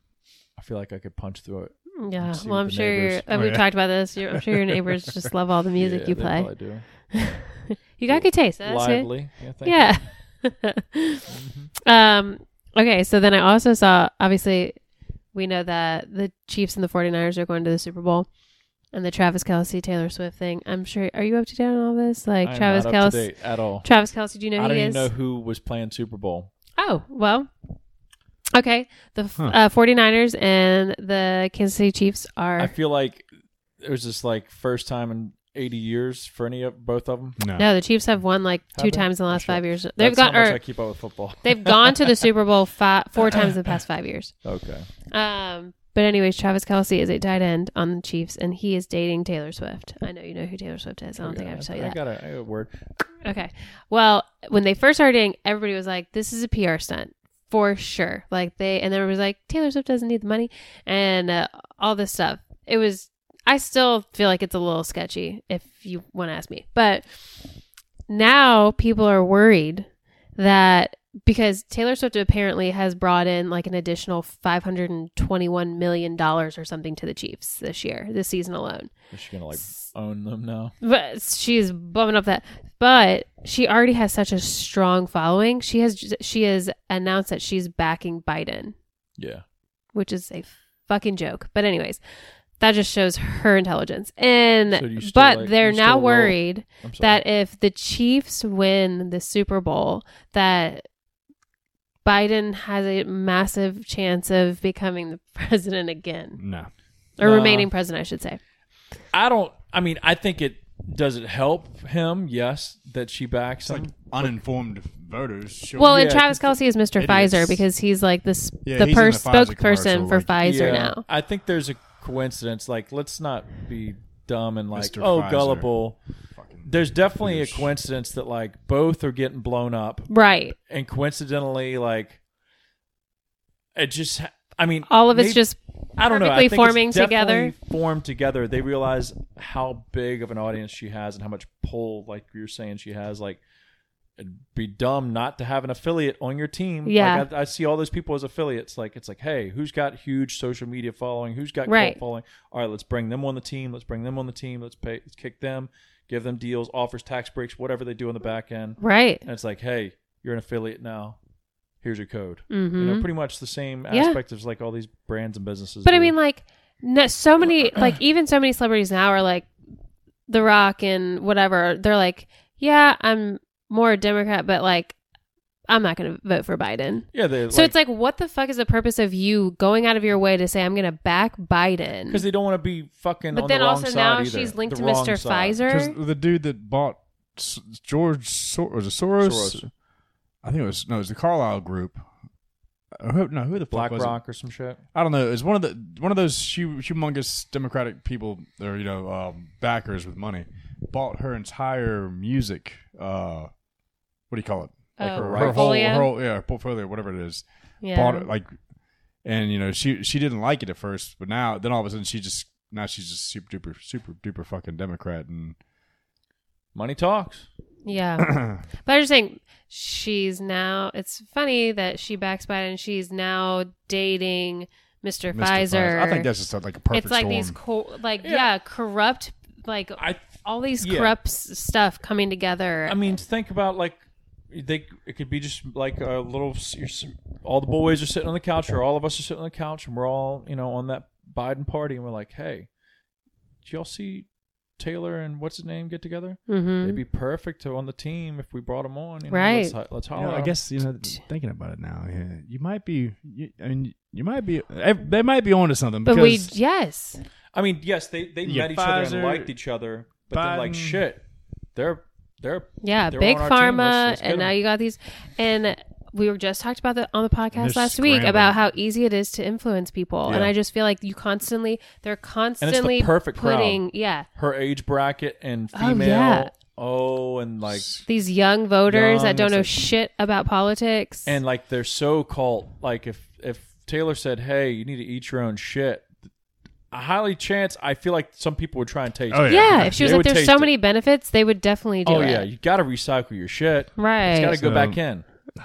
I feel like I could punch through it. Yeah. see Well, what I'm the sure you're, neighbors- uh, Oh, we've yeah. talked about this. You're, I'm sure your neighbors just love all the music Yeah, you they play. probably do. You got good taste. That's good. Lively. Yeah. thank you. Yeah. um, okay, so then I also saw obviously we know that the Chiefs and the 49ers are going to the Super Bowl and the Travis Kelsey Taylor Swift thing. I'm sure are you up to date on all this? Like I am Travis not up to Kelsey date at all. Travis Kelsey, do you know I who don't he even is? know who was playing Super Bowl. Oh, well. Okay. The f Huh. uh, 49ers and the Kansas City Chiefs I are feel like it was just like first time in 80 years for any of both of them. No, No, the Chiefs have won like Have two they? times in the Oh, last shit. 5 years. They've That's got how much I or, keep up with football. they've gone to the Super Bowl five, four times in the past 5 years. Okay. Um, but anyways, Travis Kelsey is a tight end on the Chiefs, and he is dating Taylor Swift. I know you know who Taylor Swift is. I don't think I have to tell you Oh, I that. got a, I got a word. Okay. Well, when they first started dating, everybody was like, "This is a PR stunt for sure. Like they and everyone was like Taylor Swift doesn't need the money and uh, all this stuff. It was I still feel like it's a little sketchy if you want to ask me. But now people are worried that because Taylor Swift apparently has brought in like an additional 521 million dollars or something to the Chiefs this year, this season alone. Is she gonna like own them now? But she's bumming up that. But she already has such a strong following. She has she has announced that she's backing Biden, Yeah. which is a fucking joke. But anyways, that just shows her intelligence. And So do you still, but like- they're you now still roll- worried I'm sorry. that if the Chiefs win the Super Bowl, that Biden has a massive chance of becoming the president again No. or Nah. remaining president, I should say. I don't. I mean, I think it does it help him. Yes, that she backs It's like him. uninformed voters. Sure. Well, and Yeah, Travis Kelsey is Mr. idiots. Pfizer because he's like this Yeah, the he's in per- the Pfizer spokesperson commercial, for like- Pfizer Yeah. now. I think there's a coincidence. Like, let's not be dumb and like Mr. oh Pfizer. gullible. Fucking- There's definitely a Douche. coincidence that like both are getting blown up, Right. and coincidentally, like it just. ha- I mean, All of it's maybe- just I don't know. I perfectly think it's forming definitely together. Formed together. They realize how big of an audience she has and how much pull, like you're saying, she has. Like, it'd be dumb not to have an affiliate on your team. Yeah. Like, I, I see all those people as affiliates. Like, it's like, hey, who's got huge social media following? Who's got cult Right. following? All right, let's bring them on the team. Let's bring them on the team. Let's pay. Let's kick them. Give them deals, offers, tax breaks, whatever they do on the back end. right. And it's like, hey, you're an affiliate now. Here's your code. hmm You know, pretty much the same Yeah. aspect as like all these brands and businesses. But I do. mean, like, no, so many, like, even so many celebrities now are like, The Rock and whatever. They're like, yeah, I'm more a Democrat, but like, I'm not going to vote for Biden. yeah, they, So it's like, what the fuck is the purpose of you going out of your way to say I'm going to back Biden? because they don't want to be fucking. But on then the wrong also side now either. she's linked The to Mr. wrong side. Pfizer. 'Cause the dude that bought S- George Sor- was it Soros? Soros. I think it was no, it was the Carlisle Group. Uh, who, no, who the fuck was it? BlackRock or some shit. I don't know. It was one of the one of those hu- humongous Democratic people or you know um, backers with money bought her entire music. Uh, what do you call it? Oh, her, her whole, portfolio? her whole yeah her portfolio whatever it is. yeah. Bought it like, and you know she she didn't like it at first, but now then all of a sudden she just now she's just super duper super duper fucking Democrat and Money talks. Yeah. but I'm just saying, she's now, it's funny that she backs Biden. She's now dating Mr. Mr. Pfizer. I think that's just like a perfect It's like storm. these, co- like, yeah. Yeah. corrupt, like, I all these yeah. corrupt s- stuff coming together. I mean, think about like they. It could be just like a little. you're s- All the boys are sitting on the couch, or all of us are sitting on the couch, and we're all you know on that Biden party, and we're like, hey, did y'all see Taylor and what's his name get together? hmm They'd be perfect to on the team if we brought them on. You know, Right. Let's, ho- let's You holler. know, at I 'em. guess you know. Thinking about it now, yeah, you might be. You, I mean, you might be. ev- They might be onto something. But we, because yes. I mean, yes, they they Yeah, met each other and Pfizer, liked each other, but then like Biden. shit, they're they're Yeah, They were big on our team. pharma, Let's- let's get and now them. you got these. And we were just talked about that on the podcast they're last week about scrambling. how easy it is to influence people, and Yeah. I just feel like you constantly they're constantly perfect crowd. putting yeah her age bracket and Oh, female. Oh, yeah. and like these young voters that Young, don't it's know like- shit about politics. and like they're so cult. Like if if Taylor said, "Hey, you need to eat your own shit," a highly chance I feel like some people would try and taste. Oh, it. yeah, Yeah. if she was They like, would "There's taste so it. many benefits," they would definitely do Oh it. yeah, you got to recycle your shit. It's got right? to go So- back in.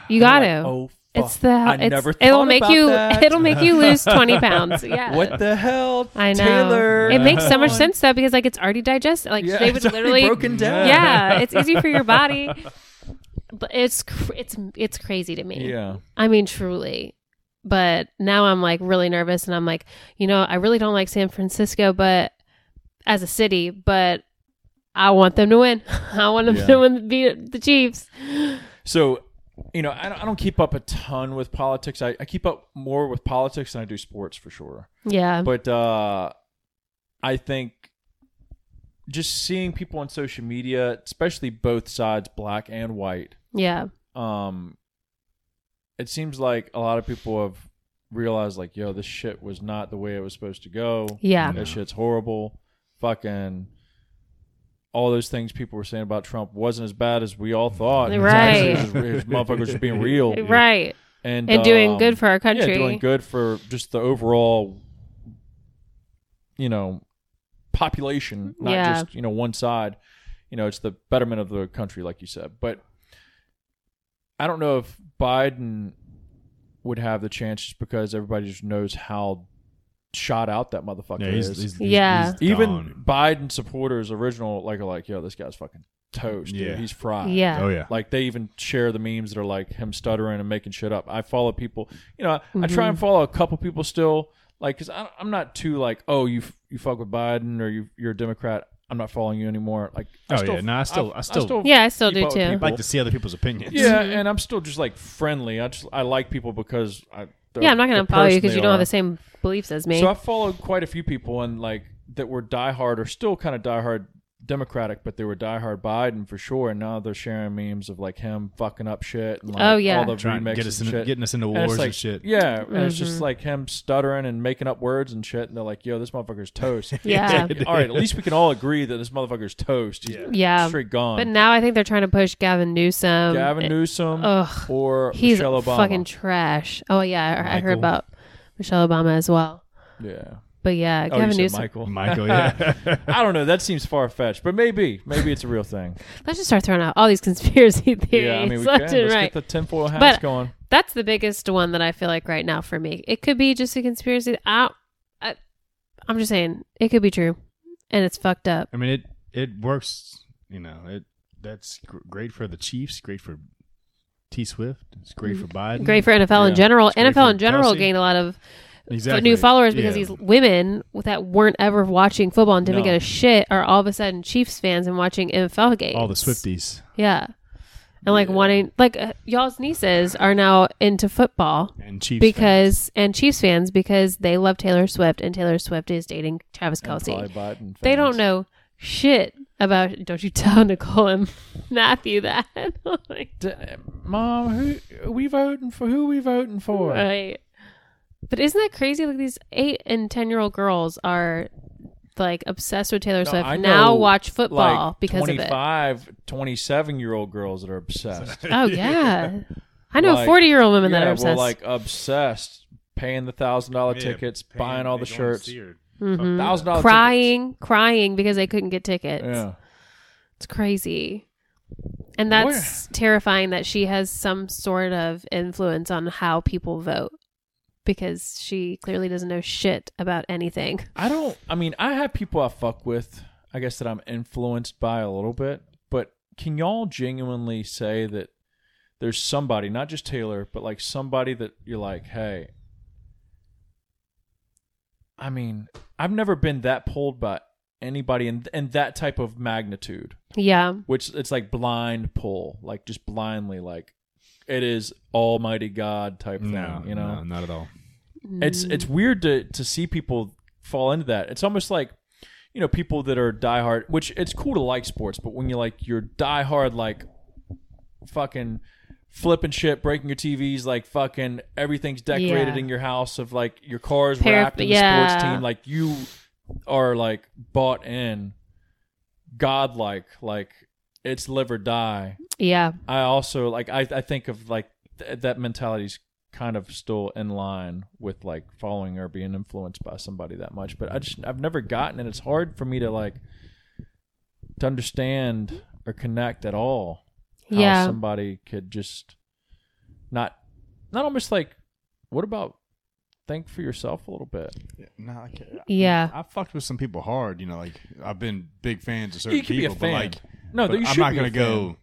you got to. Like, oh, fuck. it's the I it's, never it'll thought make about you that. it'll make you lose twenty pounds. Yeah. What the hell, I know. Taylor? It makes so much Come on. sense though because like it's already digested. Like Yeah, they would it's already literally broken down. Yeah, it's easy for your body. But it's cr- it's it's crazy to me. Yeah. I mean, truly. But now I'm like really nervous, and I'm like, you know, I really don't like San Francisco, but as a city, but I want them to win. I want them Yeah. to win, beat the Chiefs. So, you know, I don't, I don't keep up a ton with politics. I, I keep up more with politics than I do sports for sure. Yeah, But uh, I think just seeing people on social media, especially both sides, black and white, yeah, um, it seems like a lot of people have realized, like, yo, this shit was not the way it was supposed to go. yeah, Yeah. That shit's horrible. Fucking all those things people were saying about Trump wasn't as bad as we all thought. It's Right. actually just- His motherfuckers just being real. right. and and doing um, good for our country. Yeah, doing good for just the overall, you know, population, not Yeah. just you know one side. You know, it's the betterment of the country, like you said. But I don't know if Biden would have the chance just because everybody just knows how shot out that motherfucker Yeah, he's, is. he's- he's- Yeah. he's Even gone. Biden supporters, original like are like, yo, this guy's fucking toast. dude. Yeah. he's fried. Yeah. Oh yeah. Like they even share the memes that are like him stuttering and making shit up. I follow people, you know. I, I try Mm-hmm. and follow a couple people still, like because I'm not too like, oh, you f- you fuck with Biden or you you're a Democrat. I'm not following you anymore. Like, I Oh, still, yeah. No, I still- I still- Yeah, I still do keep up with too. people. like to see other people's opinions. yeah, and I'm still just like friendly. I just I like people because I they're- Yeah, I'm not the going to follow you because person you they don't have are. the same beliefs as me. So I followed quite a few people and like that were diehard or still kind of diehard Democratic, but they were diehard Biden for sure. And now they're sharing memes of like him fucking up shit and like Oh, yeah. all the Trying to remixes get us and into, shit. getting us into And it's wars like- and shit. Yeah, and it's Mm-hmm. just like him stuttering and making up words and shit. And they're like, "Yo, this motherfucker's toast." Yeah. all right, at least we can all agree that this motherfucker's toast. He's Yeah. straight gone. but now I think they're trying to push Gavin Newsom. Gavin Newsom Ugh. or He's Michelle Obama. fucking trash. Oh, yeah. I, I heard Michael. about Michelle Obama as well. yeah. But yeah, Oh, you Gavin said Newsom. Michael. Michael, yeah. I don't know. That seems far fetched, but maybe, maybe it's a real thing. Let's just start throwing out all these conspiracy theories. Yeah, I mean, we can. left Let's and right. get the tinfoil hats But- going. That's the biggest one that I feel like right now for me. It could be just a conspiracy. I, I, I'm just saying it could be true, and it's fucked up. I mean, it it works. You know, it that's gr- great for the Chiefs. Great for T Swift. It's great for Biden. Great for NFL in Yeah, general. it's great NFL for in general Kelsey. gained a lot of exactly. new followers because Yeah. these women that weren't ever watching football and didn't No. get a shit are all of a sudden Chiefs fans and watching NFL games. all the Swifties. yeah, and like wanting like uh, y'all's nieces are now into football. and Chiefs fans. because and Chiefs fans because they love Taylor Swift and Taylor Swift is dating Travis Probably Kelsey. Biden They don't fans. know shit about. Don't you tell Nicole and Matthew that. Like, D- Mom, who we voting for? Who we voting for? right. But isn't that crazy? Like these eight and ten year old girls are like obsessed with Taylor No, Swift. I now know, watch football like, because of it. 25, 27 year old girls that are obsessed. Oh yeah, I know Like, forty year old women that yeah, are well, obsessed. like obsessed, paying the thousand dollar Yeah, tickets, paying- buying all the going to shirts, see her. Mhm. thousand dollar crying, crying because they couldn't get tickets. Tickets. Yeah, It's crazy. And that's terrifying that she has some sort of influence on how people vote because she clearly doesn't know shit about anything. I don't. I mean, I have people I fuck with. I guess that I'm influenced by a little bit, but can y'all genuinely say that there's somebody, not just Taylor, but like somebody that you're like, hey, I mean, I've never been that pulled by anybody in in that type of magnitude, Yeah. which it's like blind pull, like just blindly, like it is Almighty God type No, thing, you know? no, not at all. it's Mm-hmm. it's weird to to see people fall into that. It's almost like you know people that are diehard, which it's cool to like sports, but when you like you're diehard, like fucking flipping shit, breaking your TVs, like fucking everything's decorated Yeah. in your house of like your cars Parap- wrapped in the sports yeah. team, like you are like bought in, godlike, like it's live or die. Yeah. I also like I, I think of like th- that mentality's kind of still in line with like following or being influenced by somebody that much, but I just I've never gotten and it's hard for me to like to understand or connect at all how Yeah. somebody could just not not almost like what about think for yourself a little bit. No, I can't. Yeah. I fucked with some people hard. You know, like I've been big fans of certain You could be a people, fan. but like, no, but you I'm should not be a gonna fan. go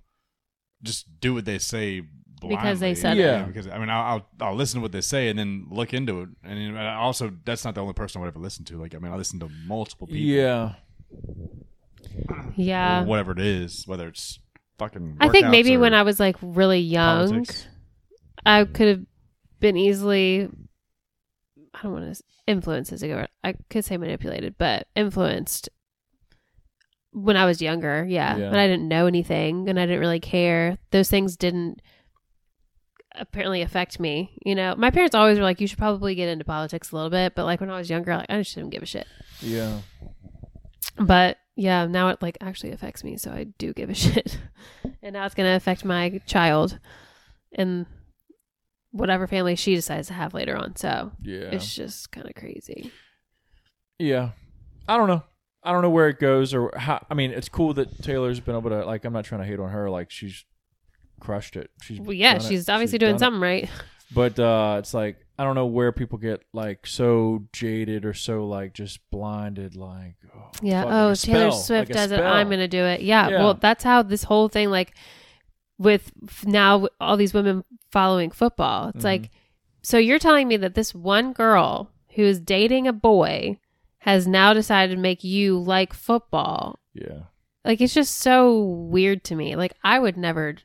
just do what they say blindly. Because they said it. yeah. Because I mean, I'll, I'll I'll listen to what they say and then look into it, and then I also that's not the only person I would ever listen to. Like, I mean, I listen to multiple people. Yeah. Yeah. or whatever it is, whether it's fucking. I think workouts maybe or when I was like really young, politics. I could have been easily I don't want to influence is a good word. I could say manipulated, but influenced when I was younger, yeah. Yeah. And I didn't know anything and I didn't really care. Those things didn't apparently affect me. You know, my parents always were like, You should probably get into politics a little bit, but like when I was younger, like I just didn't give a shit. Yeah. But yeah, now it like actually affects me, so I do give a shit. and now it's gonna affect my child and whatever family she decides to have later on. So Yeah. it's just kind of crazy. Yeah. I don't know. I don't know where it goes or how. I mean, it's cool that Taylor's been able to, like, I'm not trying to hate on her. Like, she's crushed it. She's, Well, yeah, done it. she's obviously doing done it. something right. But uh, it's like, I don't know where people get, like, so jaded or so, like, just blinded. Like, oh, Yeah. fuck, like oh, a Taylor spell, Swift like a does it. spell. I'm going to do it. Yeah, Yeah. Well, that's how this whole thing, like, with f- now all these women following football, it's like, Mm-hmm. so you're telling me that this one girl who is dating a boy has now decided to make you like football. Yeah. Like, it's just so weird to me. Like, I would never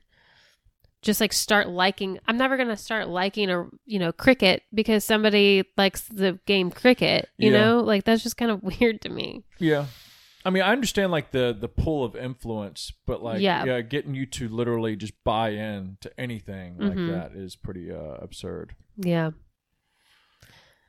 just like start liking, I'm never going to start liking a, you know, cricket because somebody likes the game cricket, you Yeah. know? Like, that's just kind of weird to me. Yeah. I mean, I understand like the the pull of influence, but like Yeah. yeah, getting you to literally just buy in to anything Mhm. like that is pretty uh, absurd. Yeah.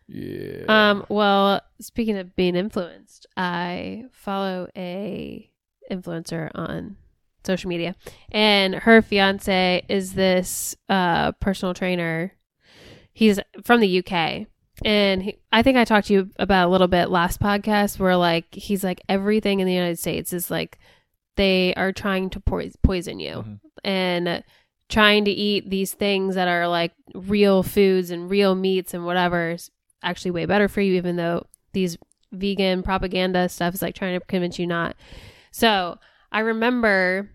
Yeah. Um, well, speaking of being influenced, I follow a influencer on social media, and her fiance is this uh, personal trainer. He's from the UK, and he, I think I talked to you about a little bit last podcast where like he's like everything in the United States is like they are trying to poi- poison you Mhm. and trying to eat these things that are like real foods and real meats and whatever is actually way better for you even though these vegan propaganda stuff is like trying to convince you not so i remember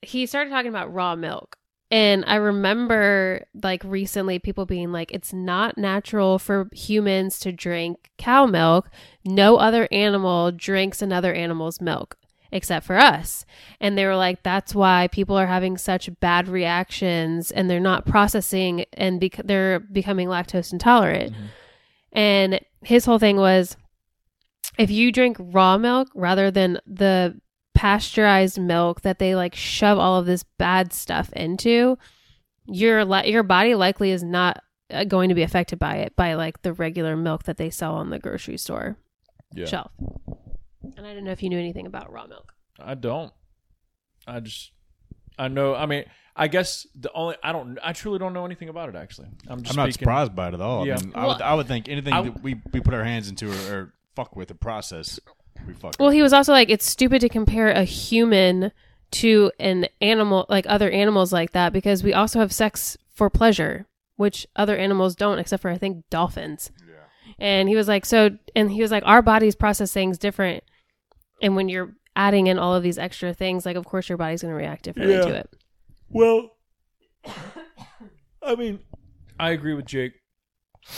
he started talking about raw milk and i remember like recently people being like it's not natural for humans to drink cow milk no other animal drinks another animal's milk except for us. And they were like, that's why people are having such bad reactions and they're not processing and bec- they're becoming lactose intolerant. Mhm. And his whole thing was if you drink raw milk rather than the pasteurized milk that they like shove all of this bad stuff into, your li- your body likely is not uh, going to be affected by it by like the regular milk that they sell on the grocery store yeah. shelf. And I don't know if you knew anything about raw milk. I don't. I just I know. I mean, I guess the only I don't. I truly don't know anything about it. Actually, I'm just I'm not speaking- surprised by it at all. Yeah. I, mean, I, would, Well- I would think anything I- that we, we put our hands into or, or fuck with or process, we fuck. Well, with. he was also like, it's stupid to compare a human to an animal, like other animals like that, because we also have sex for pleasure, which other animals don't, except for I think dolphins. And he was like, so, and he was like, our bodies process things different. And when you're adding in all of these extra things, like, of course, your body's going to react differently Yeah. to it. Well, I mean, I agree with Jake.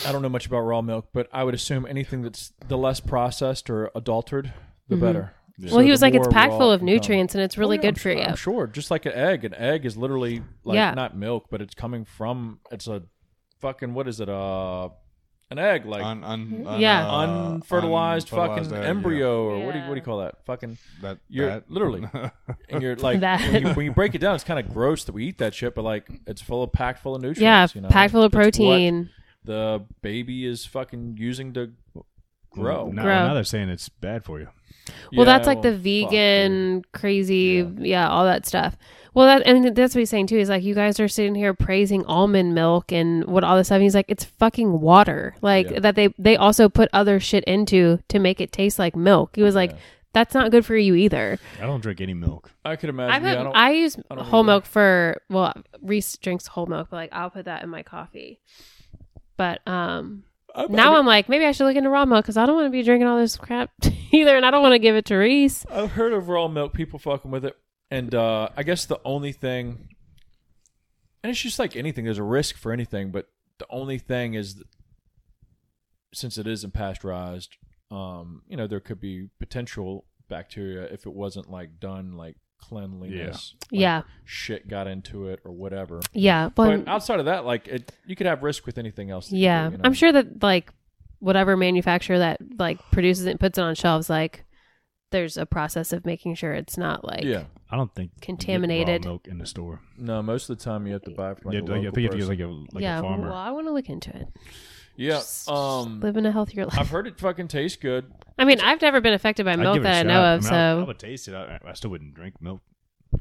I don't know much about raw milk, but I would assume anything that's the less processed or adultered, the Mhm. better. Yeah. well, he the was like, it's more packed raw full of it can come. nutrients and it's really Oh, yeah, good I'm for sure, you. I'm sure. Just like an egg. An egg is literally like Yeah. not milk, but it's coming from it's a fucking what is it? Uh an egg like Un, un, un, Yeah. uh, unfertilized, unfertilized uh, fucking egg, embryo or what do you Yeah. what do you call that? Fucking yeah. That, You're- that- literally. and you're like That. when you, when you break it down, it's kind of gross that we eat that shit, but like it's full of packed full of nutrients. yeah, you know? packed full of It's what protein. the baby is fucking using to grow. Now, Grow. now they're saying it's bad for you. Well, that's Yeah, like the well, fuck, dude. vegan crazy, yeah. all that stuff. Well, that and that's what he's saying too. Is like you guys are sitting here praising almond milk and what all this stuff. And he's like, it's fucking water. Like Yeah. that they they also put other shit into to make it taste like milk. He was like, Yeah. that's not good for you either. I don't drink any milk. I could I imagine. put, yeah, I don't- I, use I don't whole either. milk for well, Reese drinks whole milk, but like I'll put that in my coffee. But um, I- now I'm like, maybe I should look into raw milk because I don't want to be drinking all this crap either, and I don't want to give it to Reese. I've heard of raw milk, people fucking with it. And uh, I guess the only thing, and it's just like anything, there's a risk for anything, but the only thing is, that, since it isn't pasteurized, um, you know, there could be potential bacteria if it wasn't like done like cleanliness. Like, yeah, Shit got into it or whatever. yeah. But, But, outside of that, like, it, you could have risk with anything else. that you Yeah, do, you know? I'm sure that like whatever manufacturer that like produces it puts it on shelves, like there's a process of making sure it's not like Yeah. I don't think you get Contaminated. raw milk in the store. No, most of the time you have to buy from like yeah, a like, I local think if you person. like a like yeah. a farmer. Well, I want to look into it. yeah. Just- just Um, living a healthier life. I've heard it fucking tastes good. I mean, I've never been affected by I'd milk give it a that I shot. know of, mean, I, I so would taste it. I, I still wouldn't drink milk.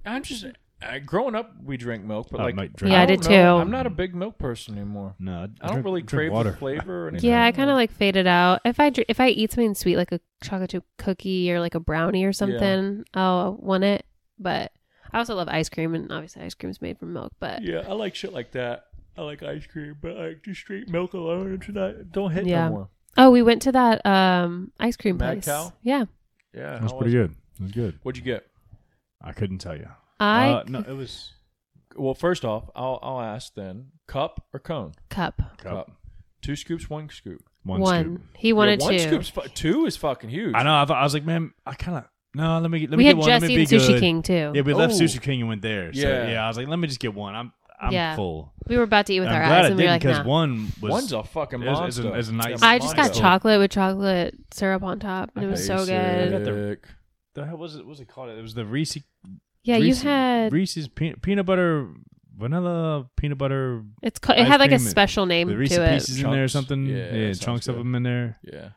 I'm just I, growing up, we drank milk, but I like might Oh, drink- Yeah, I don't did know. too. I'm not a big milk person anymore. No, I, I don't drink- really drink crave water. the flavor or anything. Yeah, I kind of like fade it out. If I dr- if I eat something sweet like a chocolate chip cookie or like a brownie or something, I'll want it. But I also love ice cream, and obviously ice cream is made from milk. But Yeah, I like shit like that. I like ice cream, but I like just straight milk alone. It's not, don't hit Yeah. no more. oh, we went to that um ice cream Mad place. Cow? Yeah, Yeah, That was how pretty was it? good. It was good. What'd you get? I couldn't tell you. I uh, no, it was Well, first off, I'll I'll ask then: cup or cone? cup cup. Two scoops, one scoop. one. One. scoop. He wanted yeah, two. one scoop's fu- two is fucking huge. I know. I, thought, I was like, man, I kind of no. Let me get- let we me get had one. let Jesse me and be Sushi good. King too. Yeah, we left Oh. Sushi King and went there. So, Yeah. yeah. I was like, let me just get one. I'm I'm Yeah. full. We were about to eat with And our I'm glad eyes, I and we were didn't like, because nah. one was One's a fucking It was- monster. it's a- it's a nice- I just got Monster. chocolate with chocolate syrup on top, and it was so syrup. good. got the hell was it? What was it called? It was the Reese. Yeah, Reese, you had Reese's peanut, peanut butter, vanilla peanut butter. it's ca- it ice had like a cream and- special name The to Reese's it. pieces in there or Chunks. something. Yeah, Yeah, that sounds chunks of good. them in there. Yeah, And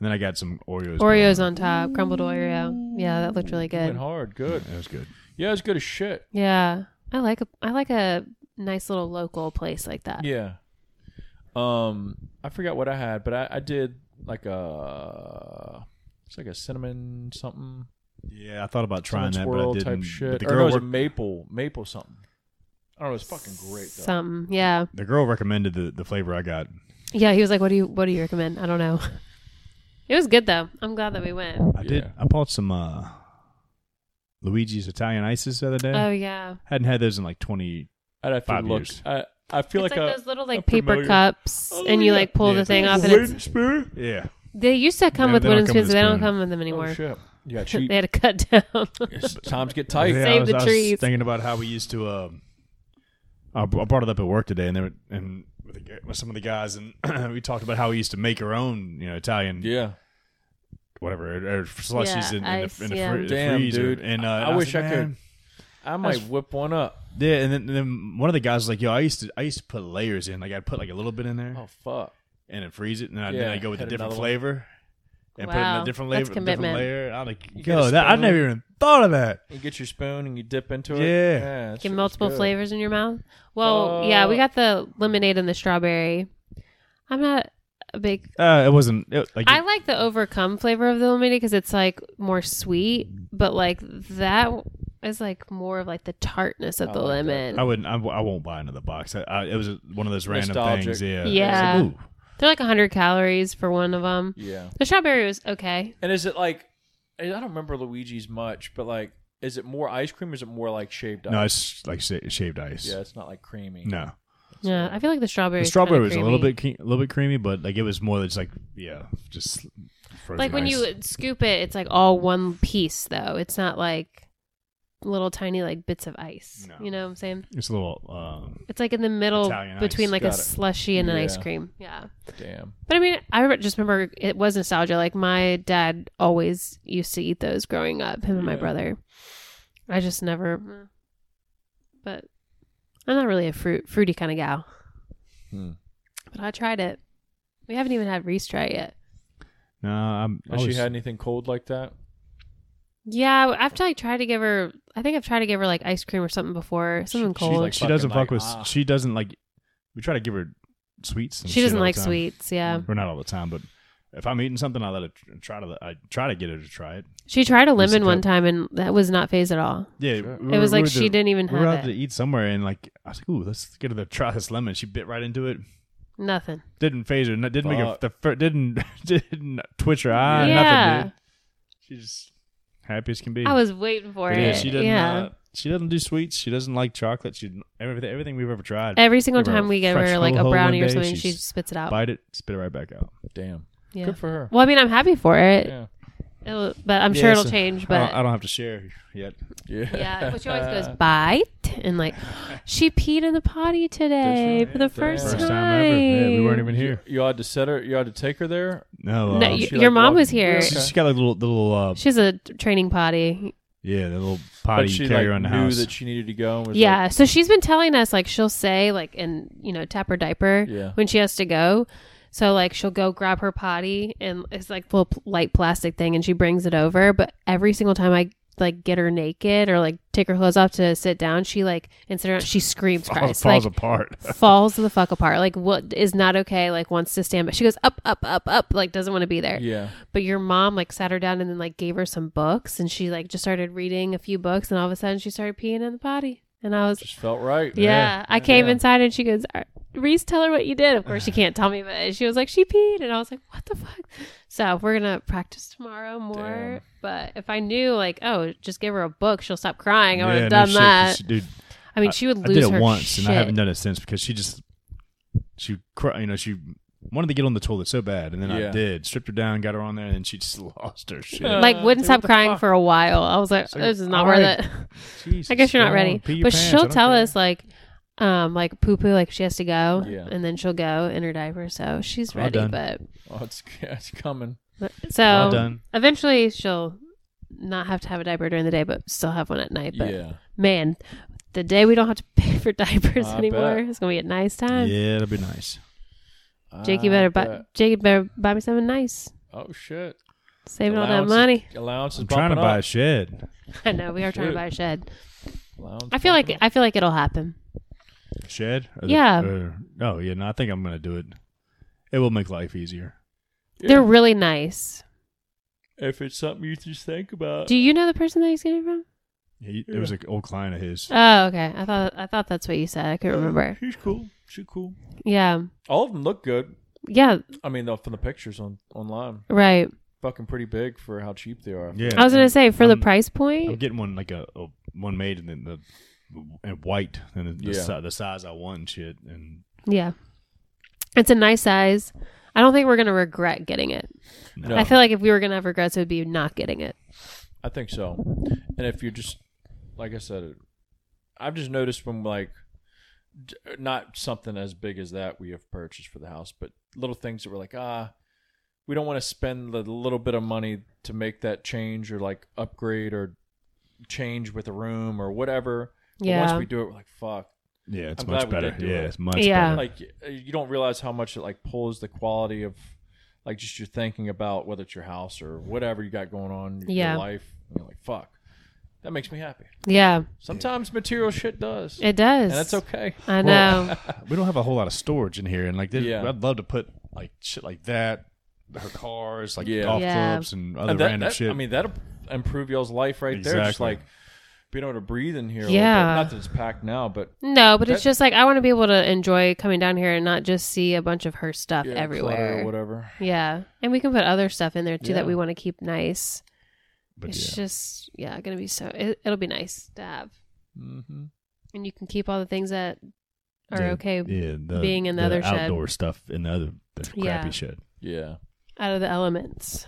then I got some Oreos. Oreos put on top, crumbled Oreo. Yeah, that looked really went good. hard. Good. It was good. Yeah, it's good as shit. Yeah, I like a I like a nice little local place like that. Yeah. Um, I forgot what I had, but I, I did like a it's like a cinnamon something Yeah, I thought about trying cinnamon that, but I swirl didn't. type But shit. The or no, it girl, was a work- maple maple something. I don't know. It's fucking great though. Some yeah the girl recommended the, the flavor I got. yeah. He was like, "What do you What do you recommend?" I don't know. It was good though. I'm glad that we went. I did. Yeah. I bought some uh, Luigi's Italian ices the other day. Oh yeah, Hadn't had those in like twenty. I'd have to Five look. years. I I feel it's like, like, a those little like a paper familiar- cups, Oh, and you yeah. like pull Yeah, the thing it's off, and wooden it's spoon. Yeah, they used to come Yeah, with they don't wooden come with spoons, but they don't spoon. come with them anymore. Oh shit! Yeah, cheap. they had to cut down. Times get tight. Yeah, Save I was, Oh, the I was trees. thinking about how we used to. Um, I br- I brought it up at work today, and they were, and with, the, gu- with some of the guys, and we talked about how we used to make our own, you know, Italian Yeah. whatever or, or slushies Yeah, in, in, ice, the, in the, yeah. fr- the Damn, freezer. dude. And uh, I was wish like, I could. "Man." I might whip one up. Yeah, and then, and then one of the guys was like, "Yo, I used to I used to put layers in. Like I'd put like a little bit in there, Oh fuck. and then freeze it, and I'd, Yeah, then I go with a had different another one. flavor, and put in Wow, a different that's flavor, different commitment. layer. I'm like, You get a yo, that I spoon. never even thought of that. You get your spoon and you dip into it. Yeah. that shit Get was multiple good. flavors in your mouth. Well, Oh. yeah, we Uh, got the lemonade and the strawberry. I'm not a big. Uh, it wasn't it, like I like the overcome flavor of the lemonade because it's like more sweet, but like that is like more of like the tartness of I the like that. lemon. I wouldn't. I, w- I won't buy another box. I, I, it was one of those random Nostalgic. things. Yeah. Yeah. It's like, ooh. They're like 100 calories for one of them. Yeah. The strawberry was okay. And is it like I don't remember Luigi's much, but like is it more ice cream or is it more like shaved No, ice? it's like sa- shaved ice. yeah, it's not like creamy. No, Yeah, I feel like the strawberry. the is strawberry kinda was a little creamy. bit cre- a little bit creamy, but like it was more just like yeah, just frozen like when ice. you scoop it, it's like all one piece though. It's not like little tiny like bits of ice. No. You know what I'm saying? It's a little. Um, It's like in the middle Italian ice. between like a Got it. slushy and an ice Yeah. cream. Yeah. Damn. But I mean, I re- just remember it was nostalgia. Like my dad always used to eat those growing up, him and my Yeah. brother. I just never but I'm not really a fruit fruity kind of gal. Hmm. But I tried it. We haven't even had Reese try it yet. no, I'm. oh, I Has she was- had anything cold like that? Yeah, I've like tried to give her. I think I've tried to give her like ice cream or something before, something she cold. She, likes- she doesn't fucking like, fuck with. ah. She doesn't like. We try to give her sweets. And shit doesn't all the like time. Mm. sweets. Yeah, Or not all the time, but if I'm eating something, I let her tr- try to. I try to get her to try it. she tried a Reese lemon one cup. Mm, time and that was not phased at all. Yeah, Sure. we It were- was we like were she there- didn't even We were have out it. to eat somewhere, and like I was like, "Ooh, let's get her to try this lemon." She bit right into it. Nothing. Didn't phase her. no- Didn't make her, Fuck. the fir- didn't didn't twitch her eye. Yeah. Nothing, dude. She just happy as can be. I was waiting for But it. yeah, she doesn't. yeah. Uh, she doesn't do sweets. She doesn't like chocolate. She everything everything we've ever tried. Every single give her a time we give fresh her like a ho-ho brownie one or day, something, she she's- spits it out. Bite it, spit it right back out. Damn. yeah. Good for her. Well, I mean, I'm happy for it, Yeah. It'll- but I'm Yeah, sure it'll so- change. I But don't, I don't have to share yet. Yeah. yeah, but she always goes bite and like she peed in the potty today she? for the Yeah, first, damn. time. First time ever. Yeah, we weren't even here. You had to set her. You had to take her there. No, No, y- um, you- she, she, your like, mom walked- was here. Yeah. has got like little little uh, She's a training potty. yeah, the little But potty she carrier like, on the knew house. that she needed to go. And was Yeah. so she's been telling us like she'll say like and you know tap her diaper Yeah. when she has to go. So like she'll go grab her potty and it's like little pl- light plastic thing and she brings it over. But every single time I like get her naked or like take her clothes off to sit down, she like instead of she screams falls, cries falls like apart. falls the fuck apart. Like what is not okay. Like wants to stand, but she goes up, up, up, up. Like doesn't want to be there. Yeah. But your mom like sat her down and then like gave her some books, and she like just started reading a few books, and all of a sudden she started peeing in the potty, and I was Just felt right. yeah. I came Yeah. inside and she goes, "Are- Reese, tell her what you did. Of course, she can't tell me, but she was like, she peed. And I was like, what the fuck? So we're going to practice tomorrow more. Damn. But if I knew, like, oh, just give her a book, she'll stop crying, I would Yeah, have no done shit, 'cause that. she- dude, I mean, she would I lose did it her once, shit. and I haven't done it since because she just she cry, you know she wanted to get on the toilet so bad, and then I Yeah. did stripped her down, got her on there, and then she just lost her shit. Yeah. Like, wouldn't Dude, stop what the crying fuck? for a while. I was like, So, this is not all worth right. it. Jesus, I guess you're not go ready. on, pee your But pants, I she'll don't tell care. us, like, um, like poo poo, like she has to go, Yeah. and then she'll go in her diaper. So she's All ready, done. but Oh, it's, yeah, it's coming. so All done. Eventually, she'll not have to have a diaper during the day, but still have one at night. But yeah. man, the day we don't have to pay for diapers I anymore, bet. it's gonna be a nice time. Yeah, that'd be nice. Jakey I better buy. bet. Jakey better buy me something nice. Oh shit. Saving all that Allowance is- money. Allowance is I'm trying to bumping buy a up. shed. I know we are trying to Shoot. buy a shed. Allowance I feel bumping like up. I feel like it'll happen. A shed? Or Yeah. or- oh yeah. No, I think I'm gonna do it. It will make life easier. Yeah. They're really nice. if it's something you just think about. Do you know the person that he's getting it from? He, It was an old client of his. Oh, okay. I thought I thought that's what you said. I couldn't remember. She's cool. She's cool. Yeah, All of them look good. yeah, I mean, though, from the pictures on online, right. fucking pretty big for how cheap they are. Yeah, I was gonna say for the I'm- price I'm point. getting one like a, a one made and then the and white and the, the, Yeah. si- the size I want and shit and Yeah, it's a nice size. I don't think we're gonna regret getting it. No, I feel like if we were gonna have regrets, it would be not getting it. I think so. And if you're just, like I said, I've just noticed when like, d- not something as big as that we have purchased for the house, but little things that were like, ah, we don't want to spend the little bit of money to make that change or like upgrade or change with a room or whatever. But Yeah. once we do it, we're like, fuck. yeah, it's I'm glad much we better. did do Yeah, it. it's much Yeah. better. like y- you don't realize how much it like pulls the quality of like just your thinking about whether it's your house or whatever you got going on your, Yeah. your life and you're like fuck that makes me happy Yeah, sometimes material shit does it Uh, does. and that's okay I Well- know. we don't have a whole lot of storage in here, and like, there's- Yeah. I'd love to put like shit like that, her cars, like Yeah. golf Yeah. clubs and other And that- random that- shit. i mean that'll improve y'all's life right there just Exactly. like being able to breathe in here a Yeah. little bit. not that it's packed now but no, but it's That- just like I want to be able to enjoy coming down here and not just see a bunch of her stuff yeah, clutter or everywhere. whatever Yeah, and we can put other stuff in there too that Yeah. we want to keep nice. but it's yeah. just yeah, gonna be so. It, it'll be nice to have, mm-hmm. and and you can keep all the things that are Yeah, okay yeah, the, being in the the other shed. outdoor stuff in the other the crappy Yeah. shed. yeah out of the elements.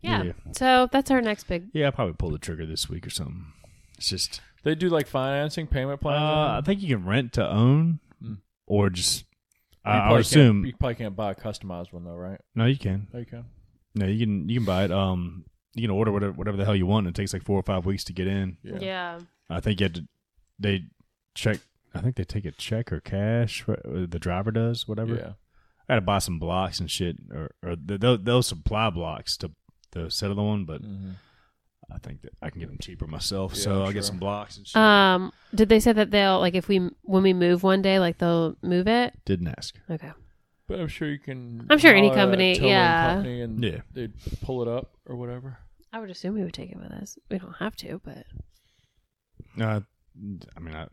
Yeah. Yeah. So that's our next big. Yeah, I probably pull the trigger this week or something. It's just they do like financing payment plans uh, I think you can rent to own Mm. or just. You I I probably would can't- assume you probably can't buy a customized one though right no, you can. there you go No, you can you can buy it. Um, you can order whatever whatever the hell you want. It takes like four or five weeks to get in. Yeah. I think you had to, they check. I think they take a check or cash. wh- The driver does whatever. yeah I had to buy some blocks and shit, or or th- they'll, they'll supply blocks to to settle the one, but mm-hmm. I think that I can get them cheaper myself. Yeah, so I'll sure. get some blocks and shit. Um. Did they say that they'll like if we when we move one day like they'll move it? Didn't ask. Okay. But I'm sure you can. I'm sure any holler at a company, towing yeah. company and Yeah. they'd pull it up or whatever. I would assume we would take it with us. We don't have to, but No, I, Uh, I mean I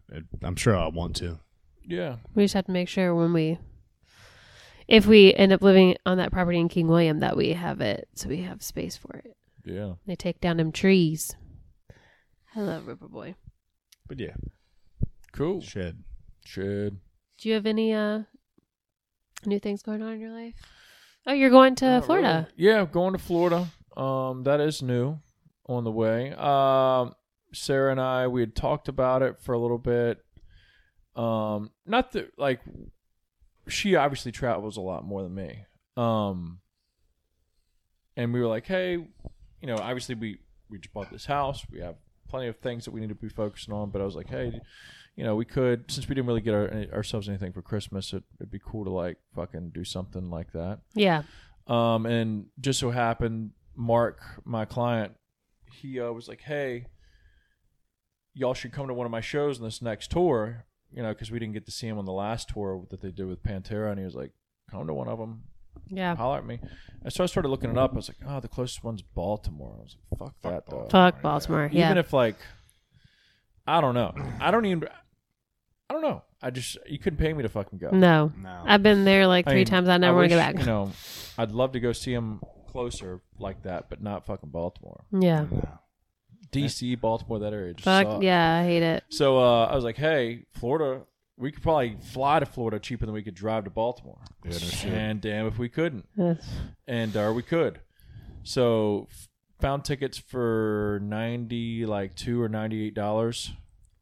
I'm sure I want to. Yeah, we just have to make sure when we, if we end up living on that property in King William, that we have it so we have space for it. yeah. They take down them trees. Hello, Ripper Boy. But yeah, Cool. shed. Should. Do you have any uh new things going on in your life? Oh, you're going to Not Florida. really. Yeah, going to Florida. Um, that is new on the way. Um, Sarah and I we had talked about it for a little bit. Um, not that like she obviously travels a lot more than me. Um, and we were like, hey, you know, obviously we we just bought this house. We have plenty of things that we need to be focusing on. But I was like, hey, you know, we could since we didn't really get our, ourselves anything for Christmas, it, it'd be cool to like fucking do something like that. Yeah. Um, and just so happened, Mark, my client, he uh, was like, "Hey, y'all should come to one of my shows on this next tour." You know, because we didn't get to see him on the last tour that they did with Pantera, and he was like, "Come to one of them, Yeah. holler at me." And so I started looking it up. I was like, "Oh, the closest one's Baltimore." I was like, "Fuck, that, though." Fuck Baltimore. Yeah. Even if like, I don't know. I don't even. I don't know. I just you couldn't pay me to fucking go. no. No. I've been there like I three mean, times. I never want to go back. wish, You know, I'd love to go see him closer like that, but not fucking Baltimore, yeah. No. DC, Baltimore, that area. Just Fuck sucks. yeah. I hate it. So uh, I was like, hey, Florida, we could probably fly to Florida cheaper than we could drive to Baltimore. Yeah, no shit. and damn if we couldn't, That's- and uh, we could. So f- found tickets for ninety, like two or ninety eight dollars.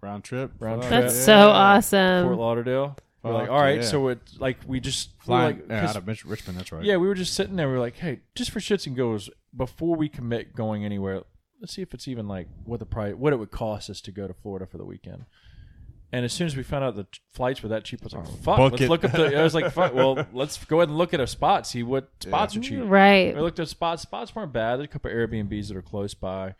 Round trip. Round Fuck trip. That's yeah. so Fort awesome. Lauderdale. We're like, Fuck all right, yeah. so it like we just we were Flying like, yeah, 'cause- uh, out of Mich- Richmond. That's right. yeah, we were just sitting there. We were like, hey, just for shits and goes, before we commit going anywhere, let's see if it's even like what the price, what it would cost us to go to Florida for the weekend. And as soon as we found out the t- flights were that cheap, I was like, fuck, Oh, book let's it. look up the. I was like, fuck, well, let's go ahead and look at a spot, see what spots are cheap. Right. We looked at spots. Spots weren't bad. There's a couple Airbnbs that are close by,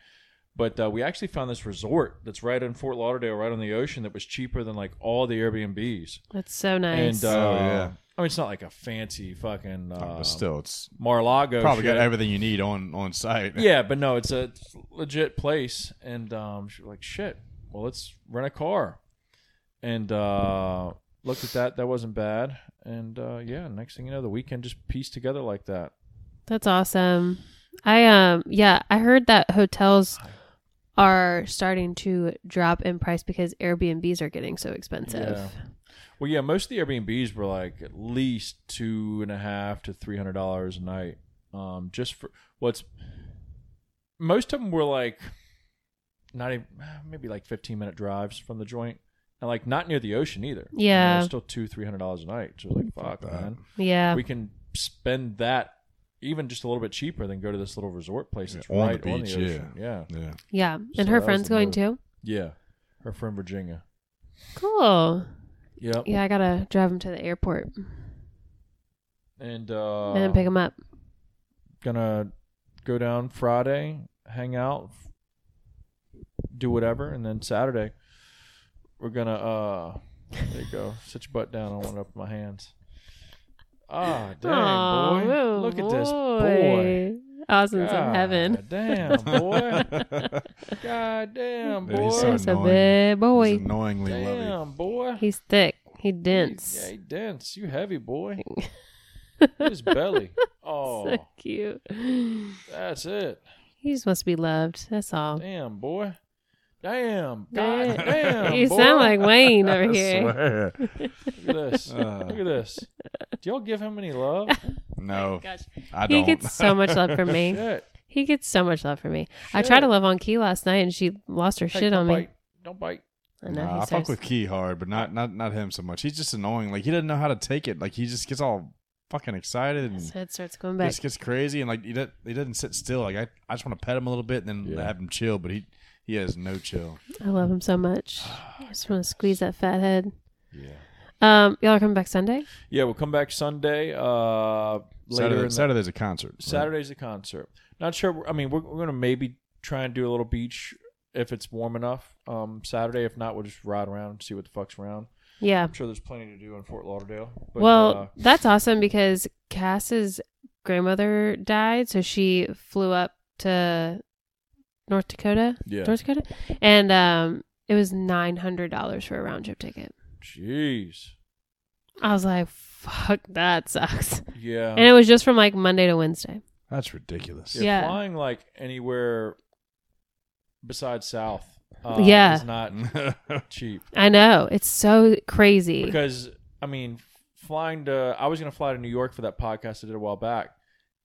but uh, we actually found this resort that's right in Fort Lauderdale, right on the ocean, that was cheaper than like all the Airbnbs. That's so nice. And uh, Oh, yeah. I mean, it's not like a fancy fucking Oh, uh, but still, it's Mar-a-Lago. probably shit. got everything you need on on site. Yeah, but no, it's a legit place, and um, she was like, shit. Well, let's rent a car, and uh, looked at that. That wasn't bad, and uh, yeah. Next thing you know, the weekend just pieced together like that. That's awesome. I um yeah, I heard that hotels are starting to drop in price because Airbnbs are getting so expensive. Yeah. Well, yeah, most of the Airbnbs were like at least two and a half to three hundred dollars a night, um, just for what's. most of them were like, not even maybe like fifteen minute drives from the joint, and like not near the ocean either. You know, Yeah. it's still two three hundred dollars a night. So like, fuck, that. man, Yeah. we can spend that even just a little bit cheaper than go to this little resort place that's Yeah, on the right on the beach, yeah. ocean. Yeah, Yeah. yeah. So And her that was friend's the going move. too. yeah. Her friend Virginia. Cool. Yep. Yeah, I got to drive him to the airport And uh, and then pick him up. gonna go down Friday, hang out, f- do whatever, and then Saturday we're gonna uh there you go. Sit your butt down, I want it up in my hands. Ah, dang Aw, boy. oh, Look at this boy. boy. Austin's in God heaven. Damn boy. God damn Yeah, he's boy. so He's a annoying. big boy. He's annoyingly lovely. damn boy. He's thick. He You- dense. Yeah, he dense. You heavy boy. His belly. Oh, So cute. that's it. He just wants to be loved. That's all. Damn boy. Damn. Yeah. God damn. You boy. sound like Wayne over I here. swear. Look at this. Uh. Look at this. Do y'all give him any love? No, Gosh. I He don't. gets so much love from me. Shit. He gets so much love from me. I tried to love on Key last night and she lost her Hey, shit don't on me. bite. Don't bite. I know. Nah, I he's fuck with Key hard, but not not not him so much. He's just annoying. Like he doesn't know how to take it. Like he just gets all fucking excited and His head starts going back. just gets crazy and like he, doesn't he doesn't sit still. Like I, I just want to pet him a little bit and then Yeah. have him chill, but he he has no chill. I love him so much. I just want to squeeze that fat head. Yeah. Um, y'all are coming back Sunday? Yeah, we'll come back Sunday. Uh, later Saturday, in the- Saturday's a concert. right? Saturday's a concert. Not sure. I mean, we're, we're gonna maybe try and do a little beach if it's warm enough. Um, Saturday. If not, we'll just ride around and see what the fuck's around. Yeah. I'm sure there's plenty to do in Fort Lauderdale. But, Well, uh, that's awesome because Cass's grandmother died, so she flew up to North Dakota. yeah. North Dakota? And um it was nine hundred dollars for a round trip ticket. Jeez. I was like, fuck that sucks. Yeah. And it was just from like Monday to Wednesday. That's ridiculous. yeah, yeah. Flying like anywhere besides south. Uh, Yeah. Is not cheap. I know. It's so crazy. because I mean, flying to I was gonna fly to New York for that podcast I did a while back,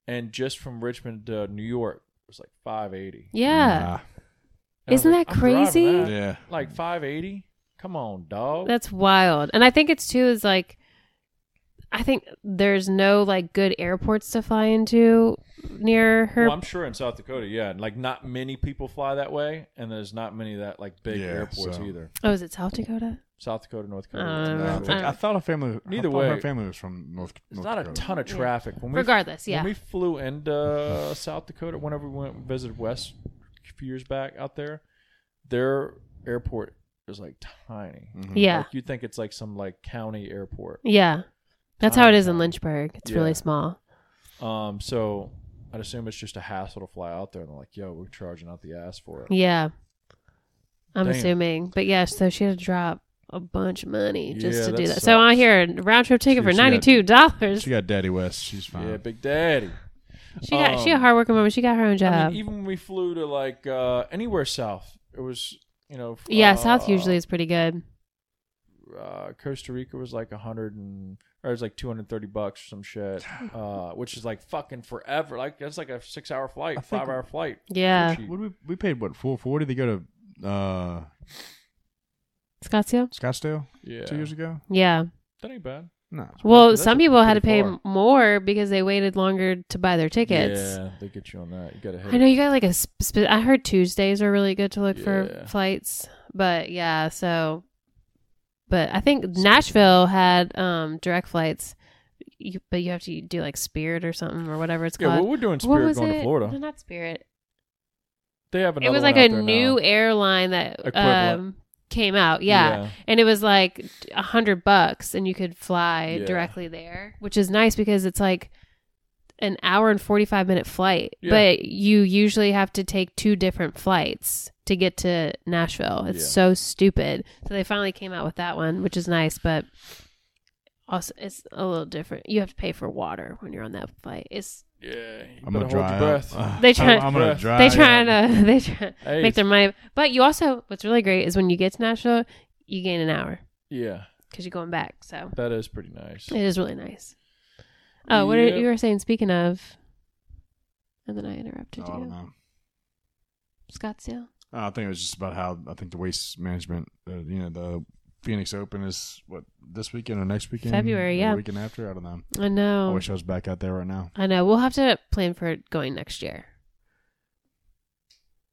and just from Richmond to New York was like five eighty. yeah. Isn't that crazy? Nah. Yeah. Like five eighty? Come on, dog. That's wild. And I think it's too is like I think there's no like good airports to fly into near her well, I'm sure in South Dakota, yeah, and, like not many people fly that way, and there's not many that like big Yeah, airports so- either. Oh, is it South Dakota? South Dakota, North I Dakota. don't No, North I, know. think, Dakota. I thought a family. I Either thought her way, family was from North. There's North not a Dakota. ton of Yeah. traffic. When we uh, Regardless, yeah. When we flew into South Dakota, whenever we went and visited West few years back out there, their airport is like tiny. Yeah. Like you'd think it's like some like county airport. Yeah. That's how it is in Downtown. Lynchburg. It's Yeah. really small. Um, so I'd assume it's just a hassle to fly out there and they're like, yo, we're charging out the ass for it. Yeah. I'm Damn. assuming. But yeah, so she had to drop a bunch of money just Yeah, to do that that. So I sucks. hear a round trip ticket She- for she had- ninety two dollars. She She, got Daddy West. She's fine. Yeah, Big Daddy. got she a um, hard working woman, she got her own job. I mean, even when we flew to like uh, anywhere south, it was you know f- yeah, uh, South usually is pretty good. uh, Costa Rica was like a hundred and or it was like two hundred thirty bucks or some shit, uh, which is like fucking forever. Like that's like a six hour flight, I think- five hour flight. Yeah. Cheap. What did we we paid what four forty to go to uh, Scottsdale? Scottsdale Yeah, two years ago? Yeah. that ain't bad. No, Well, that's some a people had to pretty pay far. m more because they waited longer to buy their tickets. Yeah, they get you on that. You gotta hit. I know you got like a. Sp- sp- I heard Tuesdays are really good to look for Yeah. flights, but yeah. So, but I think Nashville had um direct flights, you, but you have to do like Spirit or something or whatever it's Yeah, called. well, we're doing what Spirit was going it? to No, Florida. not Spirit. They have another. it was like one a out there now. new airline that Equivalent. um came out. Yeah, and it was like a hundred bucks, and you could fly Yeah. directly there, which is nice because it's like an hour and forty five minute flight, Yeah. but you usually have to take two different flights to get to Nashville. It's Yeah. so stupid. So they finally came out with that one, which is nice, but also it's a little different. You have to pay for water when you're on that flight. It's Yeah, you I'm better gonna dry hold your out. breath. Ugh. They try- I'm, I'm gonna Breath. dry. they out. try to they try to Ah, Hey, make their money, but you also what's really great is when you get to Nashville, you gain an hour yeah, because you're going back. So that is pretty nice. It is really nice. Oh, what Yep. are, you were saying? Speaking of, and then I Oh, interrupted I don't you. know. Scottsdale. Uh, I think it was just about how I think the waste management, uh, you know, the Phoenix Open is what this weekend or next weekend, February, Or the yeah. Oh. weekend after. I don't know. I I know. wish I was back out there right now. I know. We'll have to plan for it going next year.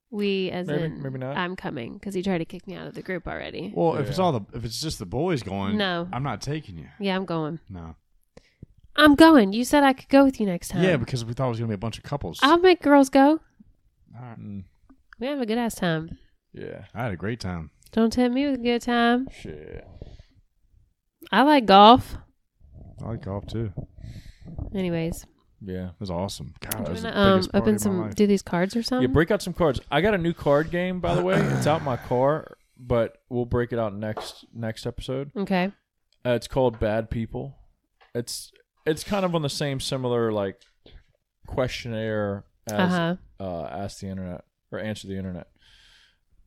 We as Maybe- in maybe not. I'm coming because he tried to kick me out of the group already. Well, if Yeah. it's all the if it's just the boys going, No. I'm not taking you. yeah, I'm going. No. I'm going. You said I could go with you next time. Yeah, because we thought it was gonna be a bunch of couples. I'll make girls go. All right. Mm, We have a good ass time. yeah, I had a great time. Don't tempt me with a good time. shit. I like golf. I like golf too. It Anyways, Yeah. was awesome. God, do it you was wanna, the um, biggest party open of my some, life. do these cards or something? Yeah, break out some cards. I got a new card game, by the way. It's out in my car, but we'll break it out next next episode. okay. Uh, it's called Bad People. It's it's kind of on the same similar like questionnaire Uh as huh. uh, Ask the Internet or Answer the Internet,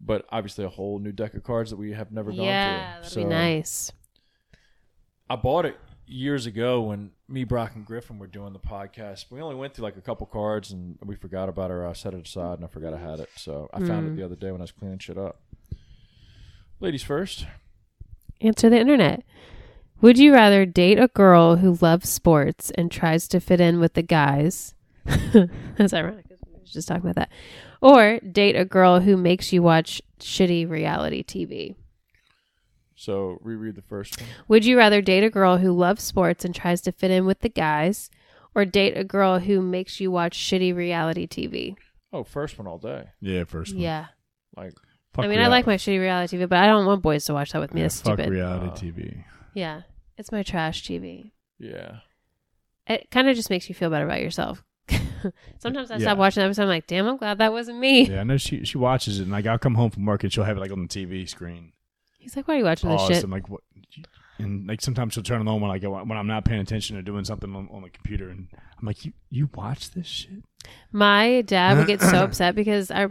but obviously a whole new deck of cards that we have never gone Yeah, through. that'd so be nice. I bought it years ago when me, Brock, and Griffin were doing the podcast. We only went through like a couple cards and we forgot about it. Or I set it aside and I forgot I had it. So I found Mm. it the other day when I was cleaning shit up. Ladies first. Answer the internet. Would you rather date a girl who loves sports and tries to fit in with the guys? That's ironic. 'cause We were just talking about that. Or date a girl who makes you watch shitty reality TV. So reread the first one. Would you rather date a girl who loves sports and tries to fit in with the guys? Or date a girl who makes you watch shitty reality TV? Oh, first one all day. Yeah, first one. Yeah. Like, I mean, I like my shitty reality TV, but I don't want boys to watch that with me. That's fuck stupid. reality Uh, TV. Yeah. It's my trash TV. yeah. it kind of just makes you feel better about yourself. Sometimes I Yeah. stop watching episodes. I'm like, damn, I'm glad that wasn't me. Yeah, I know she she watches it, and like I'll come home from work, and she'll have it like on the TV screen. He's like, why are you watching this Pause. shit? I'm like, what? And like sometimes she'll turn it on when I go when I'm not paying attention or doing something on, on the computer, and I'm like, you you watch this shit? My dad would get so upset because I,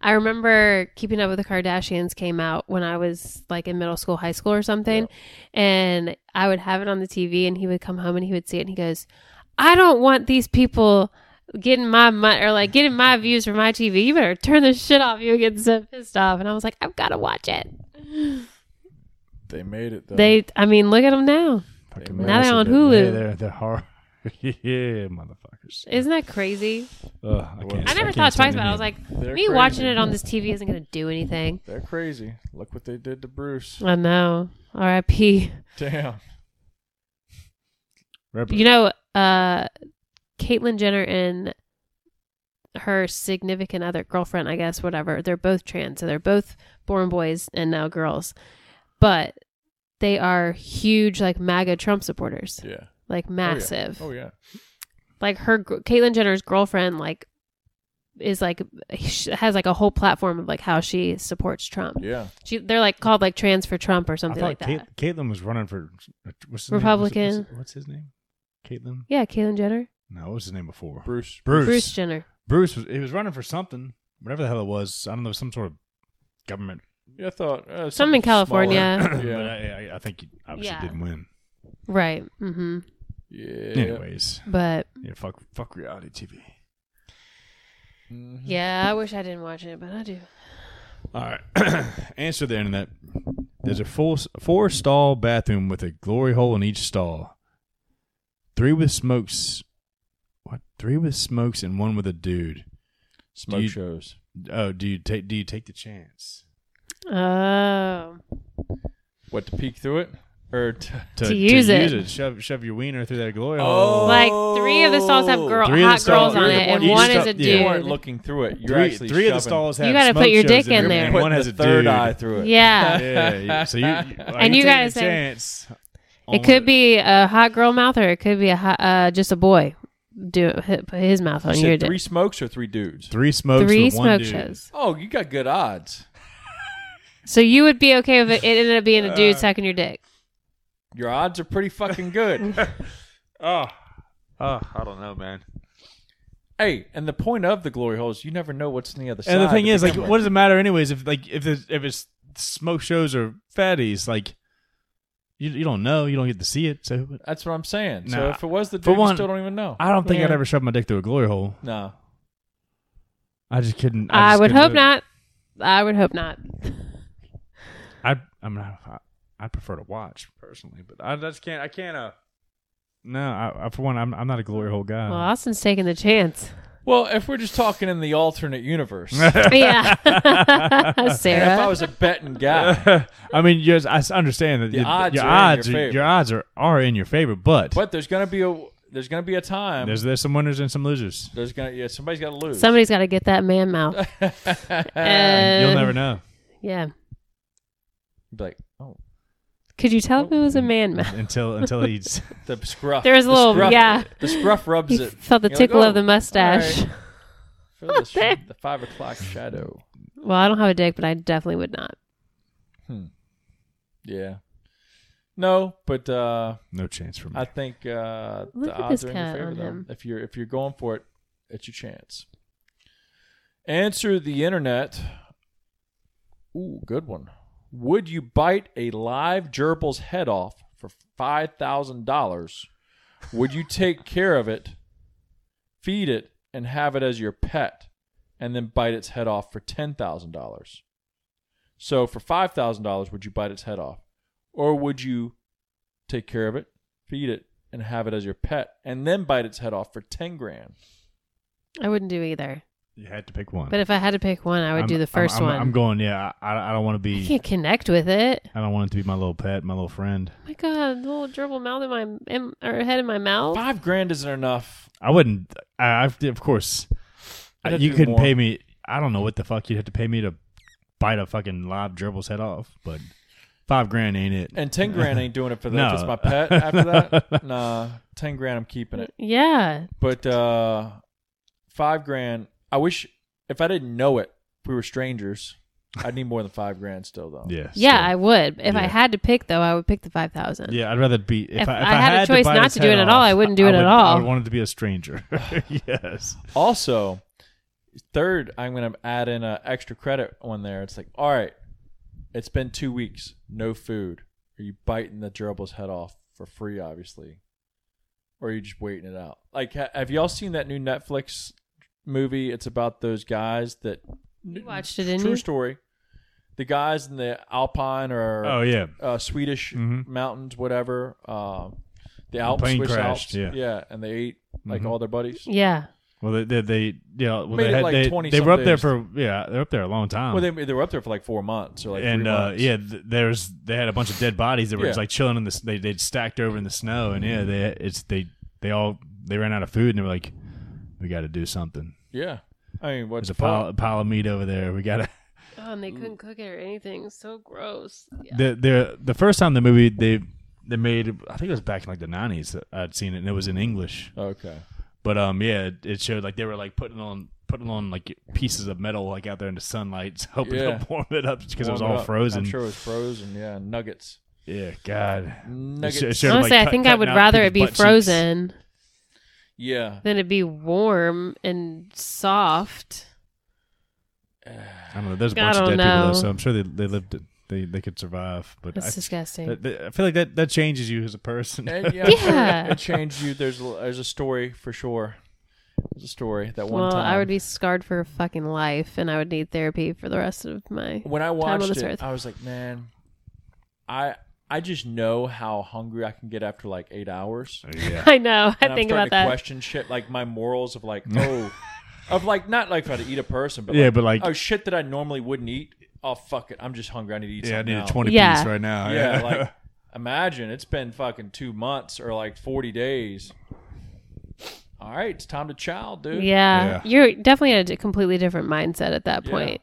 I remember Keeping Up with the Kardashians came out when I was like in middle school, high school, or something, and I would have it on the TV, and he would come home and he would see it, and he goes, I don't want these people getting my money or like getting my views from my TV. You better turn this shit off. You would get so pissed off, and I was like, I've got to watch it. They made it, though. They, I mean, look at them now. Fucking Now they're on massive. Hulu. Yeah, they're they're hard. yeah, motherfuckers. Isn't that crazy? Ugh, I, can't, I never can't thought twice stand about it. I was any like, They're me crazy. watching it on this TV isn't going to do anything. They're crazy. Look what they did to Bruce. I know. R.I.P. Damn. of it. You know, uh, Caitlyn Jenner and her significant other, girlfriend, I guess, whatever. They're both trans, so they're both born boys and now girls, but they are huge like MAGA Trump supporters, Yeah. like massive. Oh yeah. Like her, Caitlyn Jenner's girlfriend, like is like sh- has like a whole platform of like how she supports Trump. Yeah. She they're like called like trans for Trump or I something thought like that. Kate, Caitlin was running for uh, what's his Name? Republican. What's- What's, his name? Caitlin? yeah, Caitlyn Jenner, No, what was his name before? Bruce. Bruce. Bruce Jenner. Bruce was he was running for something, whatever the hell it was. I don't know, some sort of government. Yeah, I thought uh, Some in something smaller. California. But yeah. I, I, I think he obviously Yeah. didn't win. Right. Mm-hmm. Yeah. Anyways, But yeah, fuck, fuck reality TV. Mhm. Mm-hmm. yeah, I wish I didn't watch it, but I do. All right, answer the internet. There's a full four stall bathroom with a glory hole in each stall. Three with smokes. What? Three with smokes and one with a dude. Smoke you- shows. Oh, do you take? Do you take the chance Oh, What to peek through it or t- To use it. Shove, shove your wiener through that glory Oh. hole. like three of the stalls have girl Three of the hot stalls- girls on three it, of the and ones- one you is a stop- yeah. You dude. weren't looking through it. You're three, actually three of shoving- the stalls have. You gotta smoke put your shows dick in them, there. And one putting has the a third dude. eye through it. yeah, yeah, yeah. So you, And you guys a have- chance. on it could it. be a hot girl mouth, or it could be a hot, uh, just a boy do hi- put his mouth on You your said dick. three smokes or three dudes. three smokes. Three with one smoke dude. shows. Oh, you got good odds. So you would be okay with it. It ended up being a Uh, dude sucking your dick. Your odds are pretty fucking good. Oh, Ah, oh, I don't know, man. hey, and the point of the glory hole is you never know what's on the other side. And the thing to is, like, begin with. what does it matter anyways? If like if there's, if it's smoke shows or fatties, like you you don't know, you don't get to see it. So That's what I'm saying. So Nah. if it was the For dude, you one- still don't even know. I don't think I'd Yeah. ever shove my dick through a glory hole. no. I just couldn't. I, I, just would couldn't hope do it. not. I would hope not. I I mean, I, I- I prefer to watch personally, but I just can't. I can't. Uh, no, I, I for one, I'm I'm not a glory hole guy. Well, Austin's taking the chance. Well, if we're just talking in the alternate universe, yeah, if I Sarah. was a betting guy, I mean, yes, I s- understand that The your odds your are in odds, your are, favor. your odds are, are in your favor, but, but there's gonna be a there's gonna be a time there's there's some winners and some losers. there's gonna yeah somebody's got to lose. Somebody's got to get that man mouth. Uh, You'll never know. Yeah. Be like oh Could you tell if it was a man mouth? until until he's the scruff. There was a Oh, The little, scruff- yeah. The scruff rubs He it. felt the You're like, tickle of "Oh, the mustache. all Feel the, sh- there. the five o'clock shadow. Well, I don't have a dick, but I definitely would not. Yeah. No, but uh, no chance for me. I think uh, Look the at odds this are in cat your favor. on him. Though. If you're if you're going for it, it's your chance. Answer the internet. Ooh, good one. Would you bite a live gerbil's head off for five thousand dollars? Would you take care of it, feed it, and have it as your pet, and then bite its head off for ten thousand dollars? So for five thousand dollars, would you bite its head off, or would you take care of it, feed it, and have it as your pet, and then bite its head off for ten grand? I wouldn't do either. you had to pick one. But if I had to pick one, I would I'm- do the I'm- 1st I'm, one. I'm, going. Yeah, I, I don't want to I be. can't connect with it. I don't want it to be my little pet, my little friend. Oh my God, the little gerbil mouth in my in, or head in my mouth. Five grand isn't enough. I wouldn't. I, I of course. I'd have you to do couldn't more. pay me. I don't know what the fuck you'd have to pay me to bite a fucking live gerbil's head off, but five grand ain't it. And ten grand ain't doing it for that. If No. it's my pet after that, nah. Ten grand, I'm keeping it. Yeah, But uh five grand. I wish if I didn't know it, if we were strangers. I'd need more than five grand still, though. yeah. yeah, so- I would. If I Yeah. had to pick, though, I would pick the five thousand. yeah, I'd rather be. If, If I, if I had a choice bite not its to do head it at all, off, I wouldn't do it at would- all. I would want it to be a stranger. yes. Also, third, I'm going to add in an extra credit on there. It's like, all right, it's been two weeks, no food. Are you biting the gerbil's head off for free, obviously? Or are you just waiting it out? Like, ha- have y'all seen that new Netflix movie? It's about those guys that. You watched it, didn't True you? story. The guys in the Alpine or Oh yeah. uh, Swedish Mhm. mountains, whatever. Uh, the Alps, plane Swiss crashed, Alps. yeah. and they ate like Mhm. all their buddies. Yeah, Well, they they, they you know well, Made they, it had, like they, 20 they were up there for something yeah they're up there a long time. Well, they they were up there for like four months or like and three uh, months. yeah, th- there's they had a bunch of dead bodies that were just Yeah. like chilling in this. They they stacked over in the snow, and yeah, they it's they they all they ran out of food, and they were like, we got to do something. yeah. I mean, what's There's a the pile, fuck? a pile of meat over there. We gotta. Oh, and they Mm. couldn't cook it or anything. So gross. Yeah. The the the first time the movie they they made, I think it was back in like the nineties. that I'd seen it, and it was in English. Okay. But um, yeah, it, it showed like they were like putting on putting on like pieces of metal like out there in the sunlight, hoping Yeah. to warm it up because it was Warm all up. frozen. I'm sure it was frozen. Yeah, nuggets. Yeah, God. Nuggets. It showed, like, Honestly, I cut- think I cutting would out rather it be people's butt cheeks. frozen yeah. than it be warm and soft. I don't know. There's a I bunch of don't dead people, know. though, so I'm sure they, they lived. They they could survive, but That's I, disgusting. that- that- I feel like that that changes you as a person. And, yeah, I'm sure Yeah. It changed you. There's a, there's a story for sure. There's a story that one well, time I would be scarred for fucking life, and I would need therapy for the rest of my. when I on watched this it, earth. I was like, man, I I just know how hungry I can get after like eight hours. yeah. I know. I And I'm think starting about to that. Question shit like my morals of like oh, of like not like if I had to eat a person, but Yeah, like, but like, oh shit that I normally wouldn't eat. Oh fuck it, I'm just hungry. I need to eat. yeah, I something need a now. twenty Yeah. piece right now. Yeah, like imagine it's been fucking two months or like forty days. All right, it's time to chow, dude. Yeah. Yeah. You're definitely in a d- completely different mindset at that Yeah. point.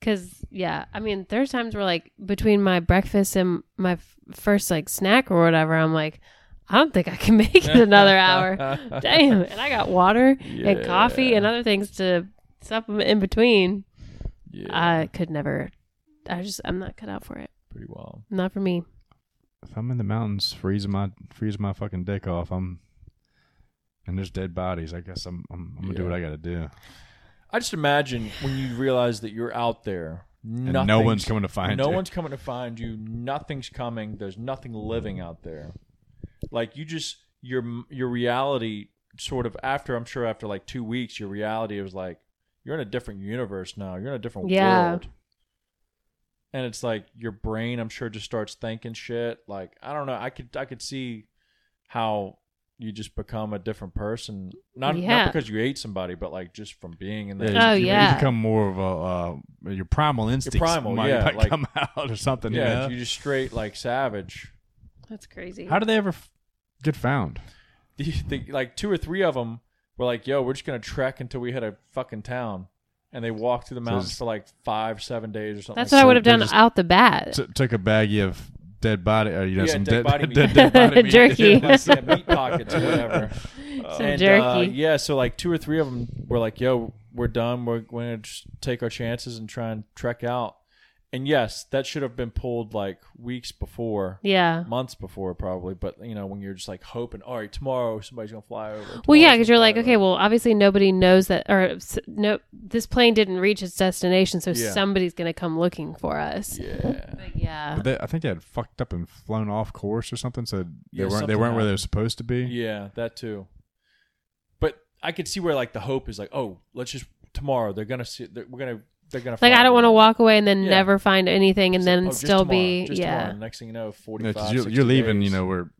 Cause yeah, I mean, there's times where like between my breakfast and my f- first like snack or whatever, I'm like, I don't think I can make it another hour. Damn. And I got water and coffee and other things to supplement in between. Yeah, I could never, I just, I'm not cut out for it. pretty wild. Not for me. if I'm in the mountains freezing my freezing my fucking dick off, I'm and there's dead bodies. I guess I'm I'm, I'm gonna do Yeah. what I gotta do. I just imagine when you realize that you're out there, And nothing, no one's coming to find no you. one's coming to find you. Nothing's coming. There's nothing living out there. Like you just your your reality sort of after I'm sure after like two weeks, your reality was like you're in a different universe now. You're in a different Yeah. world. And it's like your brain, I'm sure, just starts thinking shit. Like I don't know. I could I could see how you just become a different person. Not Yeah. not because you ate somebody, but like just from being in that. Oh, you, yeah. you become more of a uh, your primal instincts primal, might, yeah, might like- come out or something. yeah, Yeah, you just straight like savage. That's crazy. how do they ever f- get found? the, the, like two or three of them were like, "Yo, we're just gonna trek until we hit a fucking town," and they walked through the mountains it's- for like five, seven days or something. That's what like I So would have they're done just- out the bat. T- took a baggie of dead body, or you know, Yeah, some dead dead, body meat. dead, dead body meat. Jerky. that. Like, yeah, meat pockets, or whatever. Some and, jerky. uh, yeah, so like two or three of them were like, "Yo, we're done. We're gonna just take our chances and try and trek out." And yes, that should have been pulled like weeks before. yeah. Months before, probably, but you know, when you're just like hoping, all right, tomorrow somebody's gonna fly over. Well, yeah, tomorrow's because gonna you're like, fly okay, over." well, obviously nobody knows that, or s- no, this plane didn't reach its destination, so Yeah. somebody's gonna come looking for us. yeah, But yeah, But they, I think they had fucked up and flown off course or something, so they Yeah, weren't they something weren't where they were supposed to be. Yeah, that too. But I could see where like the hope is like, oh, let's just tomorrow they're gonna see they're, we're gonna they're gonna like I find don't it. want to walk away and then Yeah. never find anything, and It's like, then oh, just still be tomorrow, just yeah. tomorrow. Next thing you know, forty Yeah, 'cause five. you, you're leaving, you know, where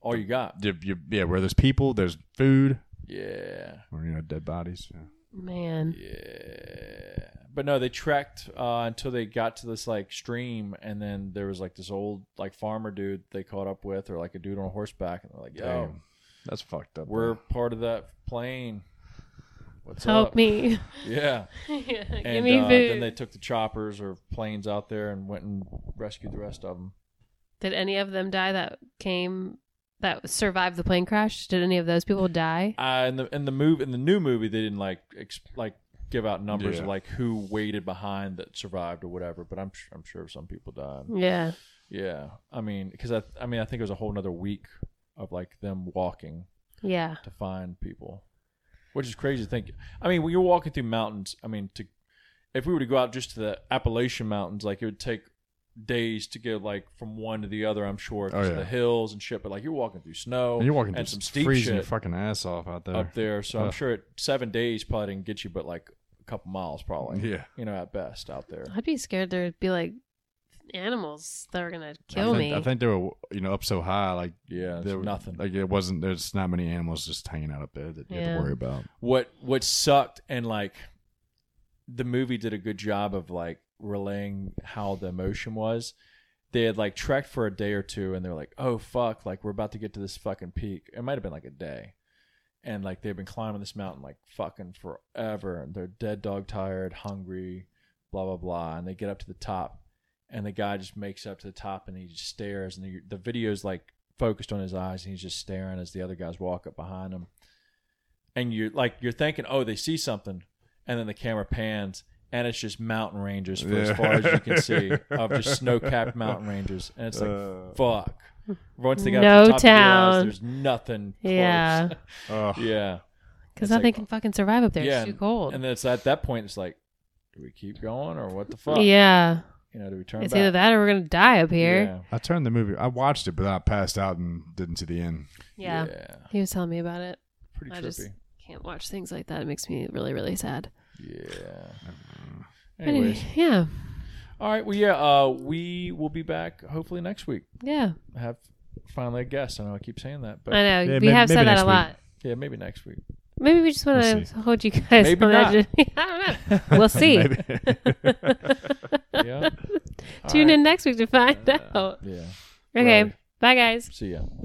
all you got. you, you, yeah, where there's people, there's food, Yeah, or you know, dead bodies. Yeah. Man, yeah. But no, they trekked uh, until they got to this like stream, and then there was like this old like farmer dude they caught up with, or like a dude on horseback, and they're like, "Yo, Damn. That's fucked up. we're though. part of that plane. What's help up? me, Yeah." Yeah, uh, and give me uh, food. then they took the choppers or planes out there and went and rescued the rest of them. Did any of them die that came that survived the plane crash? Did any of those people die? Uh, in the in the move in the new movie, they didn't like ex- like give out numbers of Yeah. like who waited behind that survived or whatever. But I'm su- I'm sure some people died. Yeah, Yeah, I mean because I I mean I think it was a whole another week of like them walking yeah, to find people, which is crazy to think. I mean when you're walking through mountains, I mean to if we were to go out just to the Appalachian Mountains, like it would take days to go like from one to the other. I'm sure 'cause Oh, of yeah. the hills and shit. But like you're walking through snow, And you're walking and through some steep freezing your shit fucking ass off out there. up there. So I'm Ugh. sure it, seven days probably didn't get you, but like a couple miles probably. Yeah. You know, at best out there. I'd be scared there'd be like animals that were gonna kill I think, me. I think they were you know up so high like Yeah, there there were- nothing. Like it wasn't there's not many animals just hanging out up there that you have Yeah. to worry about. what what sucked and like the movie did a good job of like relaying how the emotion was they had like trekked for a day or two and they're like oh fuck like we're about to get to this fucking peak it might have been like a day and like they've been climbing this mountain like fucking forever and they're dead dog tired hungry blah blah blah and they get up to the top and the guy just makes it up to the top and he just stares and the, the video's like focused on his eyes and he's just staring as the other guys walk up behind him and you're like you're thinking oh they see something and then the camera pans and it's just mountain ranges for as Yeah. far as you can see of just snow-capped mountain ranges and it's like Uh. fuck once they got No to the top they realized town. there's nothing close. Yeah. Ugh. yeah Because It's nothing like- can fucking survive up there. yeah, it's too and- cold. And then it's at that point, it's like, do we keep going or what the fuck? yeah. You know, do we turn It's back? either that or we're going to die up here. I turned the movie. I watched it, but I passed out and didn't see the end. Yeah. Yeah. He was telling me about it. Pretty I trippy. just- Can't watch things like that. It makes me really, really sad. Yeah. But anyway, Anyways. yeah. All right. Well, yeah, uh, we will be back hopefully next week. Yeah. I have finally a guest. I know I keep saying that, but I know. Yeah, we may- have maybe said that next a week. lot. yeah, maybe next week. Maybe we just want to We'll see. hold you guys Maybe on not. edge. I don't know. We'll see. Maybe. Yeah. All Tune right. in next week to find out. Yeah. Okay. Right. Bye, guys. See ya.